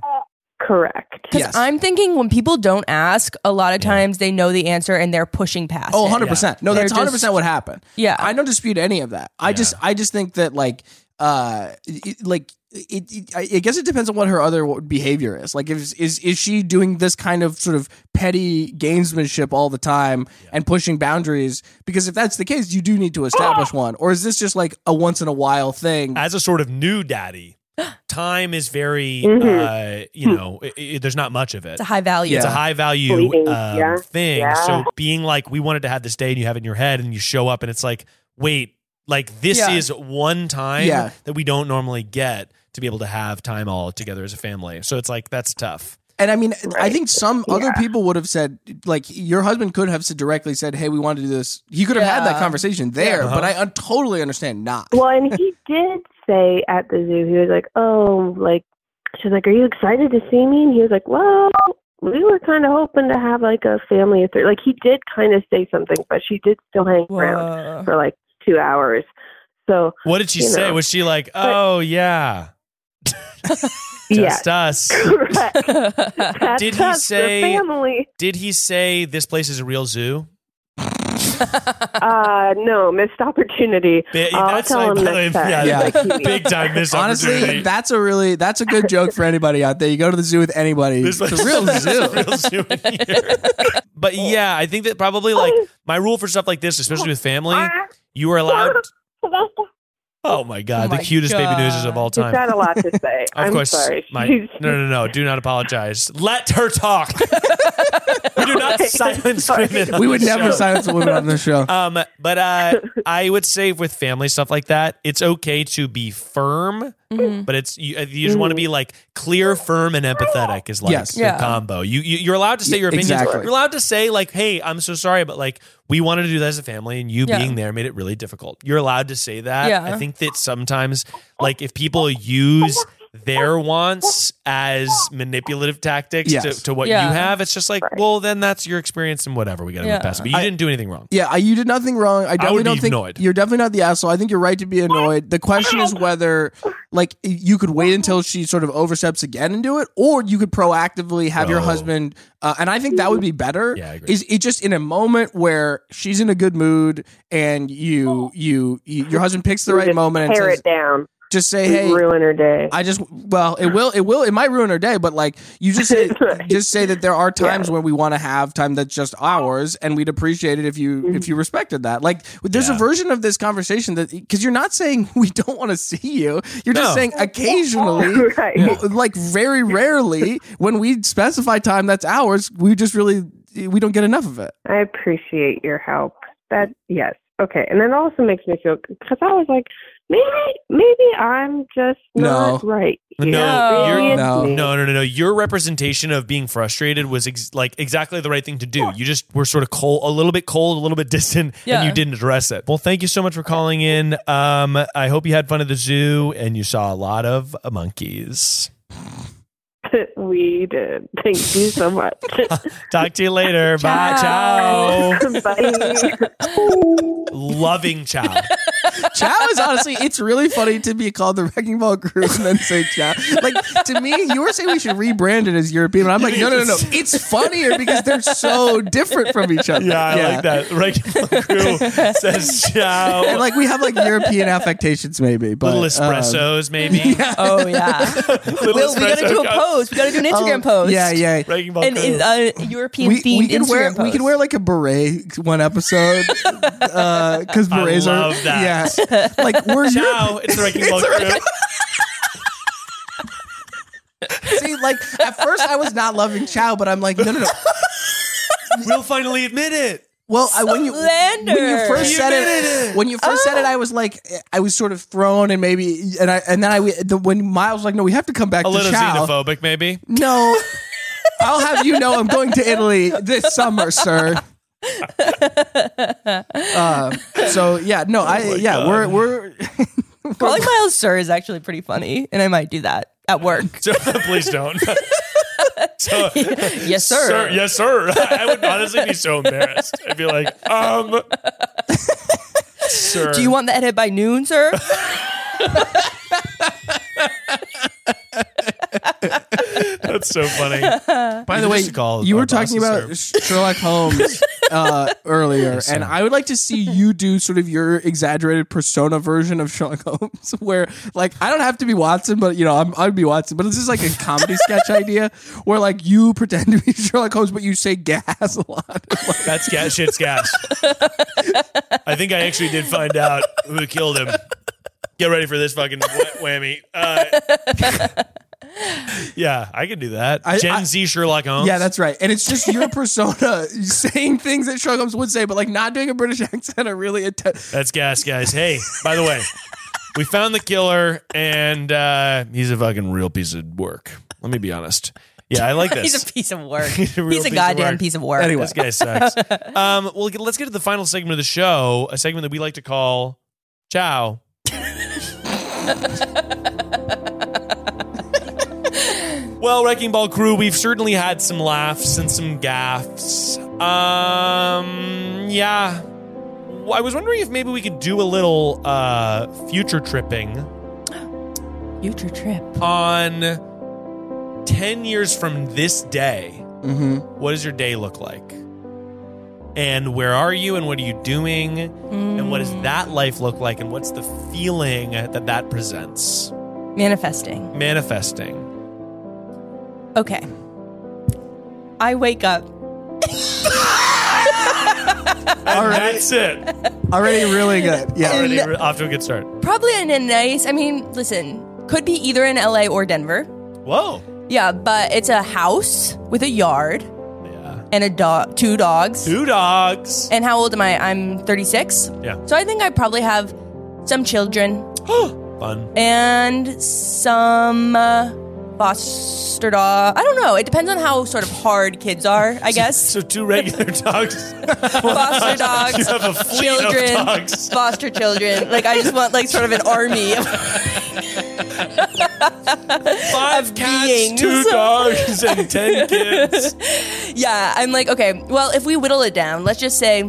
S8: Correct.
S3: Because
S2: Yes.
S3: I'm thinking when people don't ask, a lot of times they know the answer and they're pushing past.
S2: Oh,
S3: it.
S2: 100 percent. No,
S3: They're
S2: that's hundred
S3: just-
S2: percent what happened.
S3: Yeah.
S2: I don't dispute any of that. I
S1: Yeah.
S2: just, I just think that like, uh, it, like it, it, I I guess it depends on what her other behavior is. Like, if is is she doing this kind of sort of petty gamesmanship all the time and pushing boundaries? Because if that's the case, you do need to establish one. Or is this just like a once in a while thing?
S1: As a sort of new daddy, time is very
S8: Mm-hmm.
S1: uh,
S8: Hmm.
S1: you know, i i there's not much of it.
S3: It's a high value.
S1: It's a
S2: Yeah.
S1: high value um,
S8: Bleeding, yeah.
S1: thing.
S8: Yeah.
S1: So being like, we wanted to have this day, and you have it in your head, and you show up, and it's like, wait, like this
S3: Yeah.
S1: is one time
S2: Yeah.
S1: that we don't normally get to be able to have time all together as a family. So it's like that's tough.
S2: And I mean, I think some other people would have said, like, your husband could have said directly said, "Hey, we want to do this." He could have had that
S3: Yeah.
S2: conversation there,
S1: Uh-huh.
S2: but I uh, totally understand not.
S8: Well, and he did say at the zoo, he was like, "Oh, like," she's like, "Are you excited to see me?" And he was like, "Well, we were kind of hoping to have like a family of three. Like he did kind of say something, but she did still hang around
S3: Whoa.
S8: for like two hours. So
S1: What did she
S8: You
S1: say?
S8: know.
S1: Was she like, oh yeah,
S8: yeah,
S1: just us?
S8: correct. That's
S1: Did he
S8: us, the
S1: say-
S8: family?
S1: Did he say this place is a real zoo?
S8: Uh, no, missed opportunity.
S1: Ba-
S8: I'll
S1: that's
S8: tell
S1: like-
S8: him next time.
S1: yeah,
S2: Yeah.
S1: Big time missed
S2: Honestly,
S1: opportunity.
S2: that's a really that's a good joke for anybody out there. You go to the zoo with anybody,
S1: This
S2: it's
S1: was-
S2: a real
S1: this
S2: zoo.
S1: was a real zoo in here. But yeah, I think that probably like my rule for stuff like this, especially with family, you are allowed. Oh my god,
S3: Oh
S1: the
S3: my
S1: cutest baby
S3: God.
S1: noises of all
S8: She's
S1: time.
S8: got a lot to say.
S1: Of
S8: I'm
S1: course,
S8: sorry.
S1: my no,
S8: She's-
S1: no, no. Do not apologize. Let her talk. we do not silence women. on
S2: We would
S1: this
S2: never
S1: show.
S2: silence a woman on this show.
S1: Um, but uh, I would say with family stuff like that, it's okay to be firm,
S3: Mm-hmm.
S1: but it's you, uh, you just want to be like clear, firm, and empathetic is like
S2: Mm-hmm. Yes.
S1: the
S3: Yeah.
S1: combo. You, you you're allowed to say your opinions.
S2: Exactly.
S1: You're allowed to say like, "Hey, I'm so sorry, but like we wanted to do that as a family, and you
S3: Yeah.
S1: being there made it really difficult." You're allowed to say that.
S3: Yeah.
S1: I think that sometimes, like, if people use their wants as manipulative tactics
S2: Yes.
S1: to, to what
S2: Yeah.
S1: you have. It's just like, well, then that's your experience and whatever. We got to
S2: Yeah.
S1: move past it. But you
S2: I-
S1: didn't do anything wrong.
S2: Yeah, I- you did nothing wrong. I
S1: I
S2: definitely
S1: would
S2: don't
S1: be
S2: think
S1: annoyed.
S2: you're definitely not the asshole. I think you're right to be annoyed. The question is whether, like, you could wait until she sort of oversteps again and do it, or you could proactively have your
S1: Oh.
S2: husband. Uh, and I think that would be better.
S1: Yeah, I agree.
S2: Is it just in a moment where she's in a good mood and you, you, you your husband picks the
S8: You
S2: right
S8: just
S2: moment and
S8: tear
S2: says,
S8: it down.
S2: just say,
S8: It'd
S2: hey,
S8: ruin her day.
S2: I just, well, it will, it will, it might ruin her day, but like you just say, just say that there are times when we want to have time that's just ours, and we'd appreciate it if you if you respected that. Like, there's a version of this conversation that because you're not saying we don't want to see you, you're
S1: No.
S2: just saying occasionally,
S8: Right.
S2: mo- like very rarely, when we specify time that's ours, we just really we don't get enough of it.
S8: I appreciate your help. That yes, okay, and it also makes me feel because I was like, maybe, maybe I'm just not
S1: No.
S8: right.
S1: No,
S8: Yeah, maybe
S1: you're,
S8: it's
S1: no,
S8: me.
S1: no, no, no. Your representation of being frustrated was ex- like exactly the right thing to do. You just were sort of cold, a little bit cold, a little bit distant,
S9: Yeah.
S1: and you didn't address it. Well, thank you so much for calling in. Um, I hope you had fun at the zoo and you saw a lot of uh, monkeys.
S8: we did. Thank you so much.
S1: Talk to you later. Bye. Ciao. Loving ciao.
S2: Chow is honestly, it's really funny to be called the Wrecking Ball Crew and then say Chow. Like to me, you were saying we should rebrand it as European. and I'm like, no, no, no, no. It's funnier because they're so different from each other.
S1: Yeah, I like that. Regular crew says ciao.
S2: And like we have like European affectations, maybe, but
S1: little
S2: um,
S1: espressos, maybe.
S3: Oh yeah.
S1: Little
S3: Will, we gotta
S1: espresso
S3: do a
S1: cups.
S3: post. We gotta do an Instagram
S2: Oh,
S3: post.
S2: yeah, yeah.
S1: Wrecking Ball
S3: An
S1: Crew.
S3: uh, European themed
S2: we can
S3: Instagram
S2: wear
S3: post.
S2: we can wear like a beret one episode because
S1: I
S2: berets are
S1: love that.
S2: yeah like we're
S1: Ciao. It's the Wrecking Ball
S2: It's the
S1: Crew.
S2: See, like at first I was not loving Chow, but I'm like, no, no, no.
S1: We'll finally admit it.
S2: Well, I, when you when you first
S1: You
S2: said
S1: admitted
S2: it,
S1: it.
S2: when you first said it, I was like, I was sort of thrown, and maybe, and I, and then I, the, when Miles was like, no, we have to come back
S1: A
S2: to
S1: little
S2: Chow.
S1: xenophobic, maybe.
S2: No, I'll have you know, I'm going to Italy this summer, sir. Uh, so yeah,
S1: Oh
S2: no, I yeah, we're we're
S3: Calling Miles Sir is actually pretty funny, and I might do that at work.
S1: So, please don't. So-
S3: yes, sir.
S1: Yes, sir. I would honestly be so embarrassed. I'd be like, um, sir.
S3: Do you want that hit by noon, sir?
S1: That's so funny.
S2: By
S1: You
S2: the way,
S1: just call
S2: you
S1: our
S2: were talking
S1: bosses,
S2: about Sherlock Holmes uh, earlier,
S1: Yes,
S2: and
S1: sir.
S2: I would like to see you do sort of your exaggerated persona version of Sherlock Holmes, where like I don't have to be Watson, but you know I'm, I'd be Watson. But this is like a comedy sketch idea where like you pretend to be Sherlock Holmes, but you say gas a lot.
S1: That's gas. Shit's gas. I think I actually did find out who killed him. Get ready for this fucking wh- whammy. Uh, yeah, I could do that.
S2: I-
S1: Gen
S2: I-
S1: Z Sherlock Holmes.
S2: Yeah, that's right. And it's just your persona saying things that Sherlock Holmes would say, but like not doing a British accent or really attempt.
S1: That's gas, guys. Hey, by the way, we found the killer, and uh, he's a fucking real piece of work. Let me be honest. Yeah, I like this.
S3: He's a piece of work.
S1: He's
S3: He's
S1: a
S3: a,
S1: real piece of
S3: goddamn
S1: work.
S3: piece of work.
S2: Anyway.
S1: This guy sucks. um, well, let's get to the final segment of the show, a segment that we like to call Ciao. well, Wrecking Ball crew, we've certainly had some laughs and some gaffs. Um, yeah. Well, I was wondering if maybe we could do a little uh, future tripping
S3: Future trip.
S1: on 10 years from this day.
S2: Mm-hmm.
S1: What does your day look like? And where are you and what are you doing? And what does that
S3: Mm.
S1: life look like? And what's the feeling that that presents?
S3: Manifesting.
S1: Manifesting.
S3: Okay. I wake up.
S1: And That's it.
S2: Already really good. Yeah.
S1: Already re- off to a good start.
S3: Probably in a nice, I mean, listen, could be either in LA or Denver.
S1: Whoa.
S3: Yeah, but it's a house with a yard. And a dog, two dogs.
S1: Two dogs.
S3: And how old am I? I'm 36.
S1: Yeah.
S3: So I think I probably have some children
S1: Fun.
S3: and some uh, foster dog. I don't know. It depends on how sort of hard kids are, I guess.
S1: So, two regular dogs.
S3: foster dogs,
S1: You have a fleet of
S3: children,
S1: dogs.
S3: foster children. Like I just want like sort of an army of
S1: five
S3: cats,
S1: two dogs, and ten kids.
S3: yeah, I'm like okay. Well, if we whittle it down, let's just say,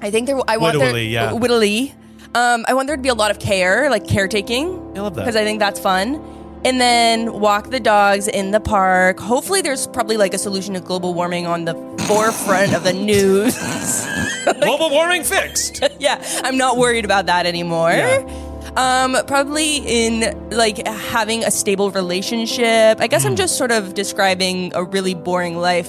S3: I think there. I want there,
S1: Whittly, yeah.
S3: whittly. Um, I want there to be a lot of care, like caretaking.
S1: I love that.
S3: because I think that's fun. And then walk the dogs in the park. Hopefully, there's probably like a solution to global warming on the forefront of the news.
S1: global warming fixed.
S3: yeah, I'm not worried about that anymore. Um, probably in like having a stable relationship. I guess
S1: Hmm.
S3: I'm just sort of describing a really boring life.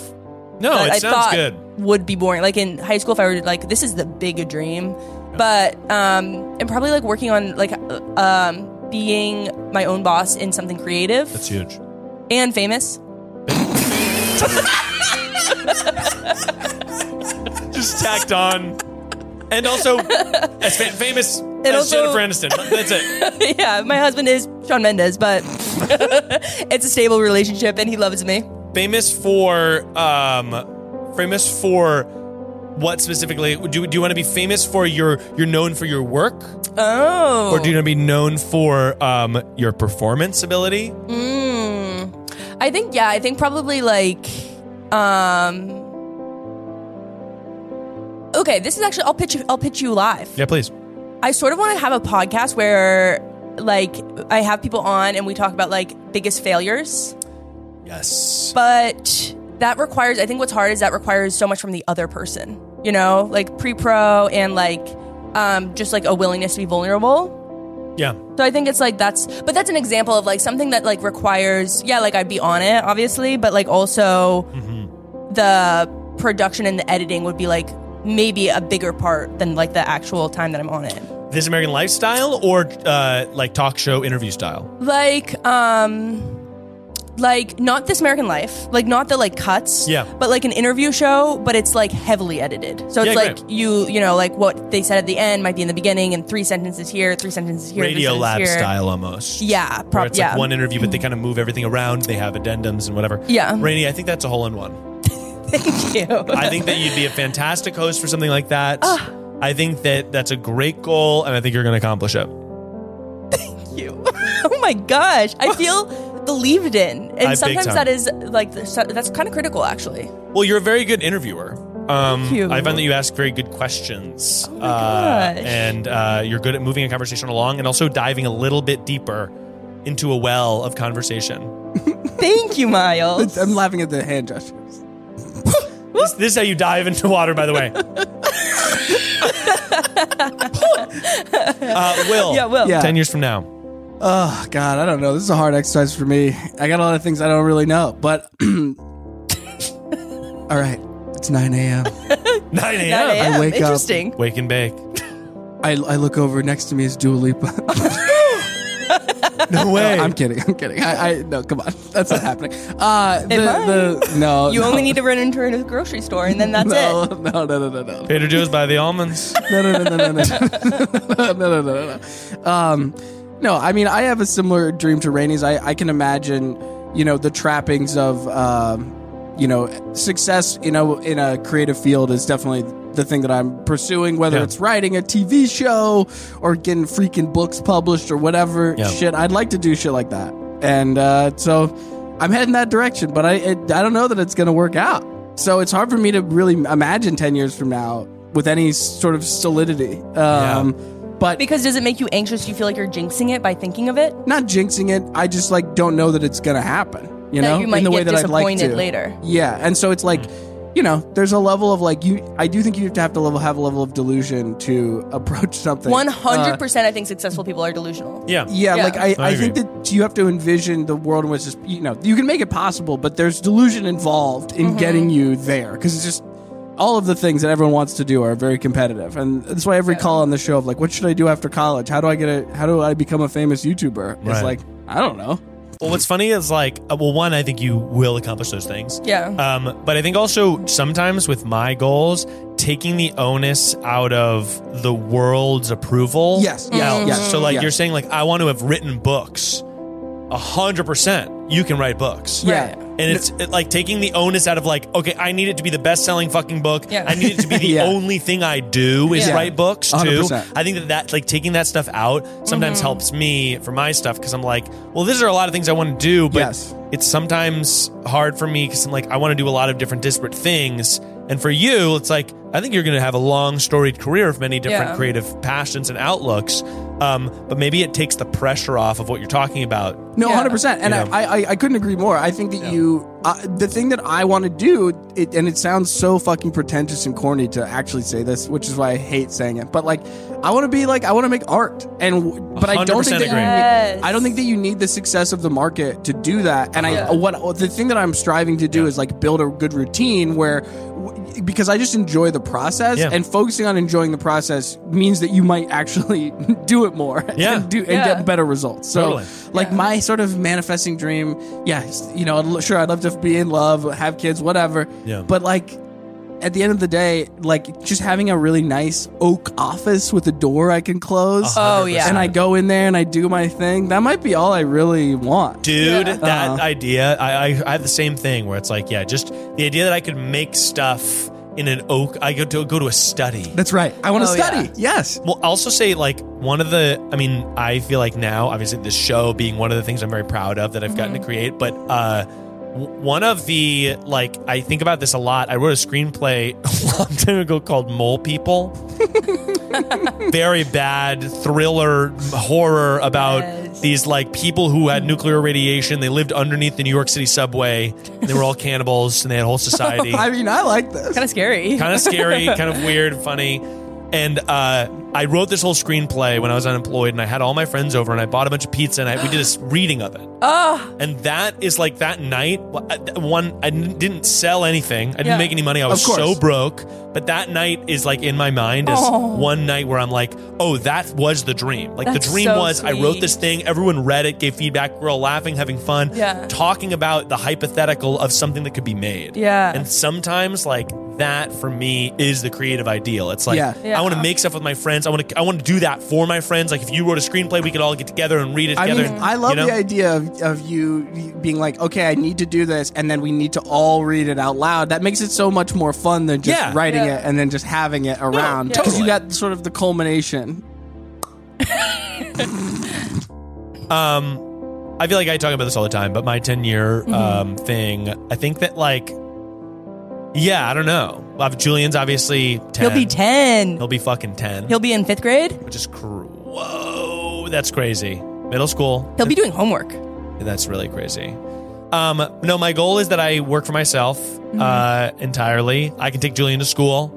S1: No,
S3: that
S1: Oh, it
S3: I
S1: sounds
S3: thought
S1: good.
S3: Would be boring. Like in high school, if I were like, this is the big dream. But um, and probably like working on like uh, um being my own boss in something creative
S1: That's huge.
S3: and famous.
S1: Just tacked on. And also, as fa- famous as
S3: also-
S1: Jennifer Aniston. That's it.
S3: yeah, my husband is Sean Mendes, but it's a stable relationship and he loves me.
S1: Famous for, um, famous for what specifically? Do, do you want to be famous for your, you're known for your work?
S3: Oh.
S1: Or do you want to be known for um, your performance ability?
S3: Mm. I think yeah, I think probably like um Okay, this is actually I'll pitch I'll pitch you live.
S1: Yeah, please.
S3: I sort of want to have a podcast where like I have people on and we talk about like biggest failures.
S1: Yes.
S3: But that requires I think what's hard is that requires so much from the other person. You know, like pre-pro and like um just like a willingness to be vulnerable.
S1: Yeah.
S3: So I think it's like that's, but that's an example of like something that like requires, yeah, like I'd be on it, obviously, but like also the production and the editing would be like maybe a bigger part than like the actual time that I'm on it.
S1: This American lifestyle or uh, like talk show interview style?
S3: Like, um, like not this American Life, like not the like cuts,
S1: Yeah.
S3: but like an interview show, but it's like heavily edited. So it's
S1: Yeah,
S3: like
S1: great.
S3: you, you know, like what they said at the end might be in the beginning, and three sentences here, three sentences here, three
S1: Radio
S3: sentences
S1: lab
S3: here.
S1: style almost.
S3: Yeah,
S1: Where
S3: prob-
S1: it's
S3: yeah.
S1: like one interview, but they kind of move everything around. They have addendums and whatever.
S3: Yeah.
S1: Rainey, I think that's a hole in one.
S3: Thank you.
S1: I think that you'd be a fantastic host for something like that.
S3: Ah.
S1: I think that that's a great goal, and I think you're going to accomplish it.
S3: you. oh my gosh, I feel believed
S1: I
S3: in, and
S1: big
S3: sometimes
S1: time.
S3: that is like the- so- that's kind of critical, actually.
S1: Well, you're a very good interviewer. Um,
S3: Thank you.
S1: I find that you ask very good questions, oh
S3: my gosh.
S1: and uh, you're good at moving a conversation along, and also diving a little bit deeper into a well of conversation.
S3: Thank you, Miles.
S2: I'm laughing at the hand gestures.
S1: this, this is how you dive into water, by the way. uh, Will,
S3: Yeah, Will.
S2: Yeah.
S1: ten years from now,
S2: Oh God, I don't know. This is a hard exercise for me. I got a lot of things I don't really know, but all right. It's 9 a.m.
S1: nine a.m.
S3: That
S2: I
S3: am
S2: wake up.
S3: interesting.
S1: Wake and bake.
S2: I, I look over next to me is Dua Lipa.
S1: No way.
S2: I'm kidding. I'm kidding. I, I no, come on. That's not happening. Uh, the,
S3: might.
S2: the- no.
S3: You
S2: Oh, no,
S3: only need to run into a grocery store, and then that's
S2: no,
S3: it.
S2: no, no, no, no, no.
S1: Trader Joe's by the almonds.
S2: no, no, no, no, no, no, no, no, no, no, no. Um, no, I mean, I have a similar dream to Rainey's. I, I can imagine, you know, the trappings of, um, you know, success, you know, in a creative field is definitely the thing that I'm pursuing, whether
S1: Yeah.
S2: it's writing a TV show or getting freaking books published or whatever
S1: Yeah.
S2: shit. I'd like to do shit like that. And uh, so I'm heading that direction, but I, it, I don't know that it's going to work out. So it's hard for me to really imagine 10 years from now with any sort of solidity. Um, But
S3: Because does it make you anxious? Do you feel like you're jinxing it by thinking of it?
S2: not jinxing it, I just like don't know that it's going to happen, you
S3: That
S2: know,
S3: you might
S2: in the way
S3: get
S2: that I'd like
S3: disappointed
S2: to.
S3: later. Mm.
S2: Yeah. And so it's like, you know, there's a level of like you. I do think you have to have to level have a level of delusion to approach something.
S3: One hundred
S2: Uh,
S3: percent. I think successful people are delusional.
S1: Yeah.
S2: Yeah,
S3: Yeah.
S2: like I,
S1: I
S2: I, think
S1: agree.
S2: that you have to envision the world in which this, you know you can make it possible, but there's delusion involved in
S3: Mm-hmm.
S2: getting you there because it's just all of the things that everyone wants to do are very competitive, and that's why every call on the show of like, what should I do after college? How do I get a? How do I become a famous YouTuber? It's
S1: Right.
S2: like I don't know.
S1: Well, what's funny is like, uh, well, one, I think you will accomplish those things.
S3: Yeah.
S1: Um, but I think also sometimes with my goals, taking the onus out of the world's approval.
S2: Yes, yes,
S1: helps.
S2: yes,
S1: So like
S2: yes.
S1: you're saying, like I want to have written books, a hundred percent. you can write books.
S2: Yeah.
S1: And it's it, like taking the onus out of like, okay, I need it to be the best selling fucking book.
S2: Yeah.
S1: I need it to be the
S2: Yeah.
S1: only thing I do is
S2: Yeah.
S1: write books too.
S2: 100%.
S1: I think that that like taking that stuff out sometimes
S2: Mhm.
S1: helps me for my stuff because I'm like, well, these are a lot of things I want to do, but it's sometimes hard for me because I'm like, I want to do a lot of different disparate things. And for you, it's like, I think you're going to have a long storied career of many different
S9: Yeah.
S1: creative passions and outlooks. Um, but maybe it takes the pressure off of what you're talking about
S2: No, hundred percent, and
S1: You
S2: I
S1: know.
S2: I, I I couldn't agree more. I think that you, uh, the thing that I want to do, it, and it sounds so fucking pretentious and corny to actually say this, which is why I hate saying it. But like, I want to be like, I want to make art, and w- but I don't
S1: 100%
S2: think that
S1: agree.
S2: you
S1: Yes.
S2: need, I don't think that you need the success of the market to do that. And
S1: Uh-huh.
S2: I what the thing that I'm striving to do is like build a good routine where. w- Because I just enjoy the process,
S1: Yeah.
S2: and focusing on enjoying the process means that you might actually do it more
S1: Yeah.
S2: and do and
S1: Yeah.
S2: get better results. So,
S1: Totally.
S2: like my sort of manifesting dream, yeah, s- you know, I'd lo- sure, I'd love to be in love, have kids, whatever.
S1: Yeah.
S2: But like, at the end of the day, like just having a really nice oak office with a door I can close.
S1: A hundred Oh, yeah.
S2: and I go in there and I do my thing. That might be all I really want,
S1: dude that
S2: Uh-huh.
S1: idea I, I i have the same thing where it's like yeah just the idea that i could make stuff in an oak i go to go to a study
S2: That's right. I want to study. Yes.
S1: Well, also say like one of the. I mean, I feel like now, obviously, this show being one of the things I'm very proud of that I've gotten to create. But uh, w- one of the like, I think about this a lot. I wrote a screenplay a long time ago called Mole People. very bad thriller horror about these like people who had nuclear radiation. They lived underneath the New York City subway. And they were all cannibals, and they had a whole society
S2: I mean, I like this.
S3: Kind of scary.
S1: kind of scary, kind of weird, funny. And uh, I wrote this whole screenplay when I was unemployed, and I had all my friends over, and I bought a bunch of pizza, and I, we did this reading of it.
S3: Oh,
S1: And that is like that night. I- One, I didn't didn't sell anything. I didn't
S3: Yeah.
S1: make any money. I
S3: Of
S1: was
S3: course.
S1: so broke. But that night is like in my mind is
S3: Oh.
S1: one night where I'm like, oh, that was the dream. Like
S3: That's
S1: the dream
S3: so
S1: was I wrote this thing. Everyone read it, gave feedback. We're all laughing, having fun,
S3: Yeah.
S1: talking about the hypothetical of something that could be made.
S3: Yeah.
S1: And sometimes like that for me is the creative ideal. It's like
S2: Yeah.
S1: I want to make stuff with my friends. I want to I want to do that for my friends. Like if you wrote a screenplay, we could all get together and read it
S2: I
S1: together.
S2: mean, I love
S1: you know?
S2: the idea of, of you being like, okay, I need to do this, and then we need to all read it out loud. That makes it so much more fun than just
S1: Yeah.
S2: writing
S1: Yeah.
S2: it and then just having it around. Because you got sort of the culmination.
S1: um i feel like i talk about this all the time but my 10 year
S3: Mm-hmm.
S1: um thing i think that like yeah i don't know Uh, julian's obviously 10
S3: He'll be 10.
S1: he'll be fucking 10
S3: He'll be in fifth grade.
S1: which is cruel whoa that's crazy middle school
S3: He'll be doing homework.
S1: that's really crazy um no my goal is that i work for myself uh entirely i can take julian to school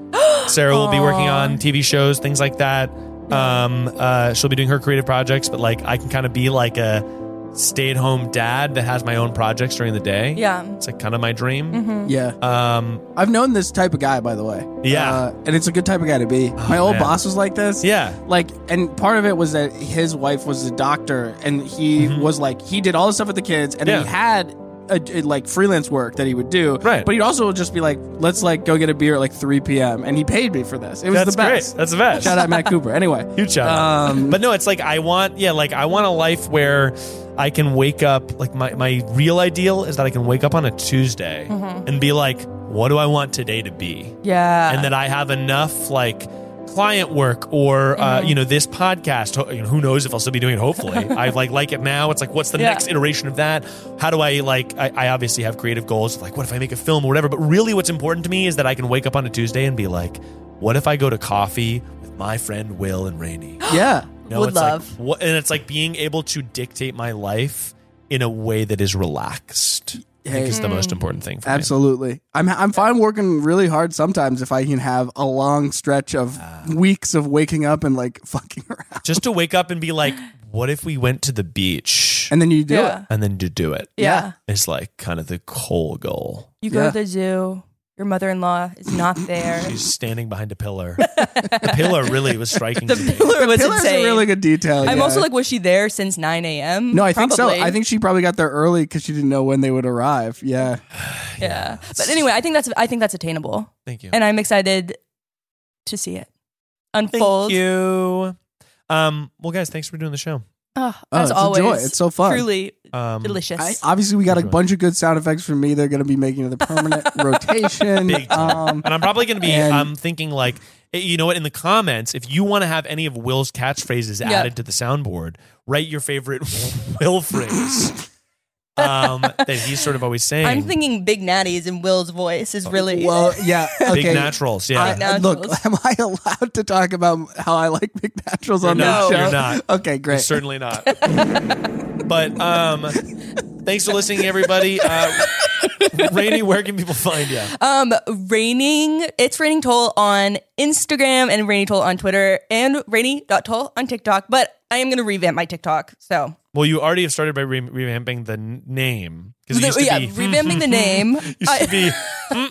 S1: sarah will be working on tv shows things like that um uh she'll be doing her creative projects but like i can kind of be like a stay-at-home dad that has my own projects during the day
S3: Yeah.
S1: it's like kind of my dream
S3: Mhm.
S2: Yeah.
S1: um
S2: I've known this type of guy, by the way.
S1: Yeah. Oh,
S2: Uh, and it's a good type of guy to be. My old
S1: man.
S2: boss was like this.
S1: Yeah.
S2: Like, and part of it was that his wife was a doctor, and he was like, he did all the stuff with the kids, and
S1: Mm-hmm. Yeah.
S2: he had. A, a, like freelance work that he would do, right? But he'd also just be like, "Let's like go get a beer at like 3 p.m." and he paid me for this. It was
S1: That's
S2: the best.
S1: great. That's the best.
S2: Shout out Matt Cooper. Anyway, um,
S1: huge shout out. but no, it's like I want, yeah, like I want a life where I can wake up. Like my my real ideal is that I can wake up on a Tuesday
S3: Mhm.
S1: and be like, what do I want today to be?
S3: Yeah.
S1: and that I have enough like client work or
S3: Mm-hmm.
S1: uh, you know this podcast ho- you know, who knows if I'll still be doing it hopefully I like like it now it's like what's the
S3: Yeah.
S1: next iteration of that how do I like I, I obviously have creative goals of, like what if I make a film or whatever but really what's important to me is that I can wake up on a Tuesday and be like what if I go to coffee with my friend Will and Rainey
S2: yeah
S1: You know,
S3: Would
S1: it's like,
S3: love.
S1: what, and it's like being able to dictate my life in a way that is relaxed I think
S2: Hey.
S1: is the most important thing for me.
S2: Absolutely. I'm I'm fine working really hard sometimes if I can have a long stretch of
S1: Ah.
S2: weeks of waking up and like fucking around.
S1: just to wake up and be like, what if we went to the beach?
S2: And then you do Yeah. it.
S1: And then you do it.
S3: Yeah.
S1: It's like kind of the whole goal.
S3: You go to the zoo. Your mother in law is not there.
S1: She's standing behind a pillar. the pillar really was striking to me.
S3: Pillar was
S2: Pillar's
S3: insane.
S2: a really good detail.
S3: I'm
S2: yeah.
S3: also like, was she there since 9 a.m.?
S2: No, I think so.
S3: Probably.
S2: I think she probably got there early because she didn't know when they would arrive. Yeah.
S3: yeah. But anyway, I think that's I think that's attainable.
S1: Thank you.
S3: And I'm excited to see it unfold.
S1: Thank you. Um, well, guys, thanks for doing the show.
S3: Oh,
S2: Oh,
S3: as
S2: it's a
S3: always,
S2: joy. It's so fun. Mm.
S3: Truly
S1: Um,
S3: delicious.
S2: I, obviously, we got a bunch of good sound effects from me. They're going to be making the permanent rotation.
S1: Big time.
S2: Um,
S1: and I'm probably going to be.
S2: and-
S1: I'm thinking like, eh, you know what? In the comments, if you want to have any of Will's catchphrases
S3: Yeah.
S1: added to the soundboard, write your favorite Will phrase um, that he's sort of always saying.
S3: I'm thinking Big Natty's in Will's voice
S1: Oh,
S3: is really
S2: Well, yeah. Okay.
S1: Big naturals, yeah.
S2: I- I- look, am I allowed to talk about how I like big naturals
S1: You're
S2: on
S1: not,
S2: this show?
S1: You're not.
S2: Okay,
S1: You're
S2: great.
S1: certainly not. but um, thanks for listening, everybody. Uh, Rainy, where can people find you?
S3: Um, raining. It's raining toll on Instagram and rainy toll on Twitter and rainy.toll on TikTok. But I am gonna revamp my TikTok. So
S1: Well, you already have started by re- revamping the n- name because it used to
S3: yeah,
S1: be
S3: revamping the name.
S1: used to
S3: I-
S1: be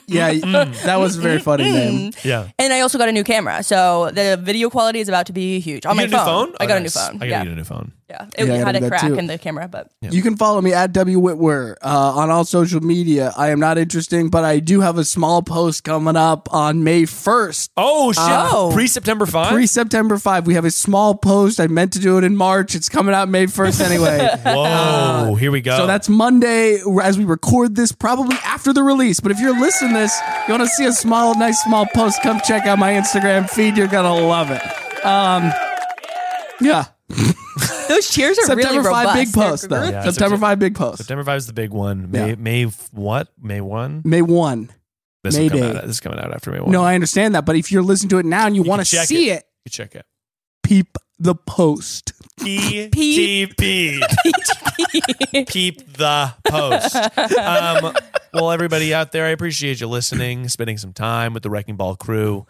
S2: Yeah,
S1: Mm.
S2: that was a very funny name.
S1: yeah.
S3: Mm. and I also got a new camera, so the video quality is about to be huge on
S1: You
S3: my
S1: get a new phone?
S3: I
S1: Oh,
S3: got
S1: nice.
S3: a new phone.
S1: I gotta
S3: yeah,
S1: get a new phone.
S3: yeah. It
S2: Yeah, I
S3: had
S2: gotta
S3: a
S2: do that
S3: crack
S2: too.
S3: in the camera, but
S2: You can follow me at W Whitwer uh, on all social media. I am not interesting, but I do have a small post coming up on May 1st.
S1: Oh shit!
S2: Oh.
S1: Pre September five.
S2: Pre September 5, we have a small post. I meant to do it in March. It's coming out May 1st anyway.
S1: Whoa! here we go.
S2: So that's Monday as we record this, probably after the release. But if you're listening to this, you want to see a small, nice small post, come check out my Instagram feed. You're going to love it. Um, yeah.
S3: those cheers are
S2: September
S3: really
S2: 5
S3: robust.
S2: big
S3: They're
S2: post, though.
S3: really
S1: Yeah,
S2: September
S1: Septem-
S2: 5 big post.
S1: September five is the big one. May
S2: Yeah.
S1: May f- what? May one.
S2: May 1.
S1: This
S2: May
S1: will come
S2: Day.
S1: out. This is coming out after May one.
S2: No, I understand that. But if you're listening to it now and you, want to
S1: check
S2: see it.
S1: you check it.
S2: peep the post.
S1: PTP. Keep the post. Um, well, everybody out there, I appreciate you listening, spending some time with the Wrecking Ball crew.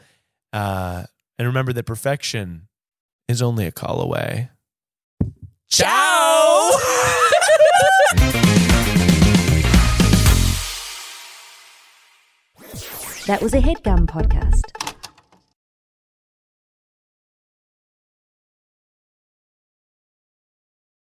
S1: Uh, and remember that perfection is only a call away. Ciao!
S10: That was a headgum podcast.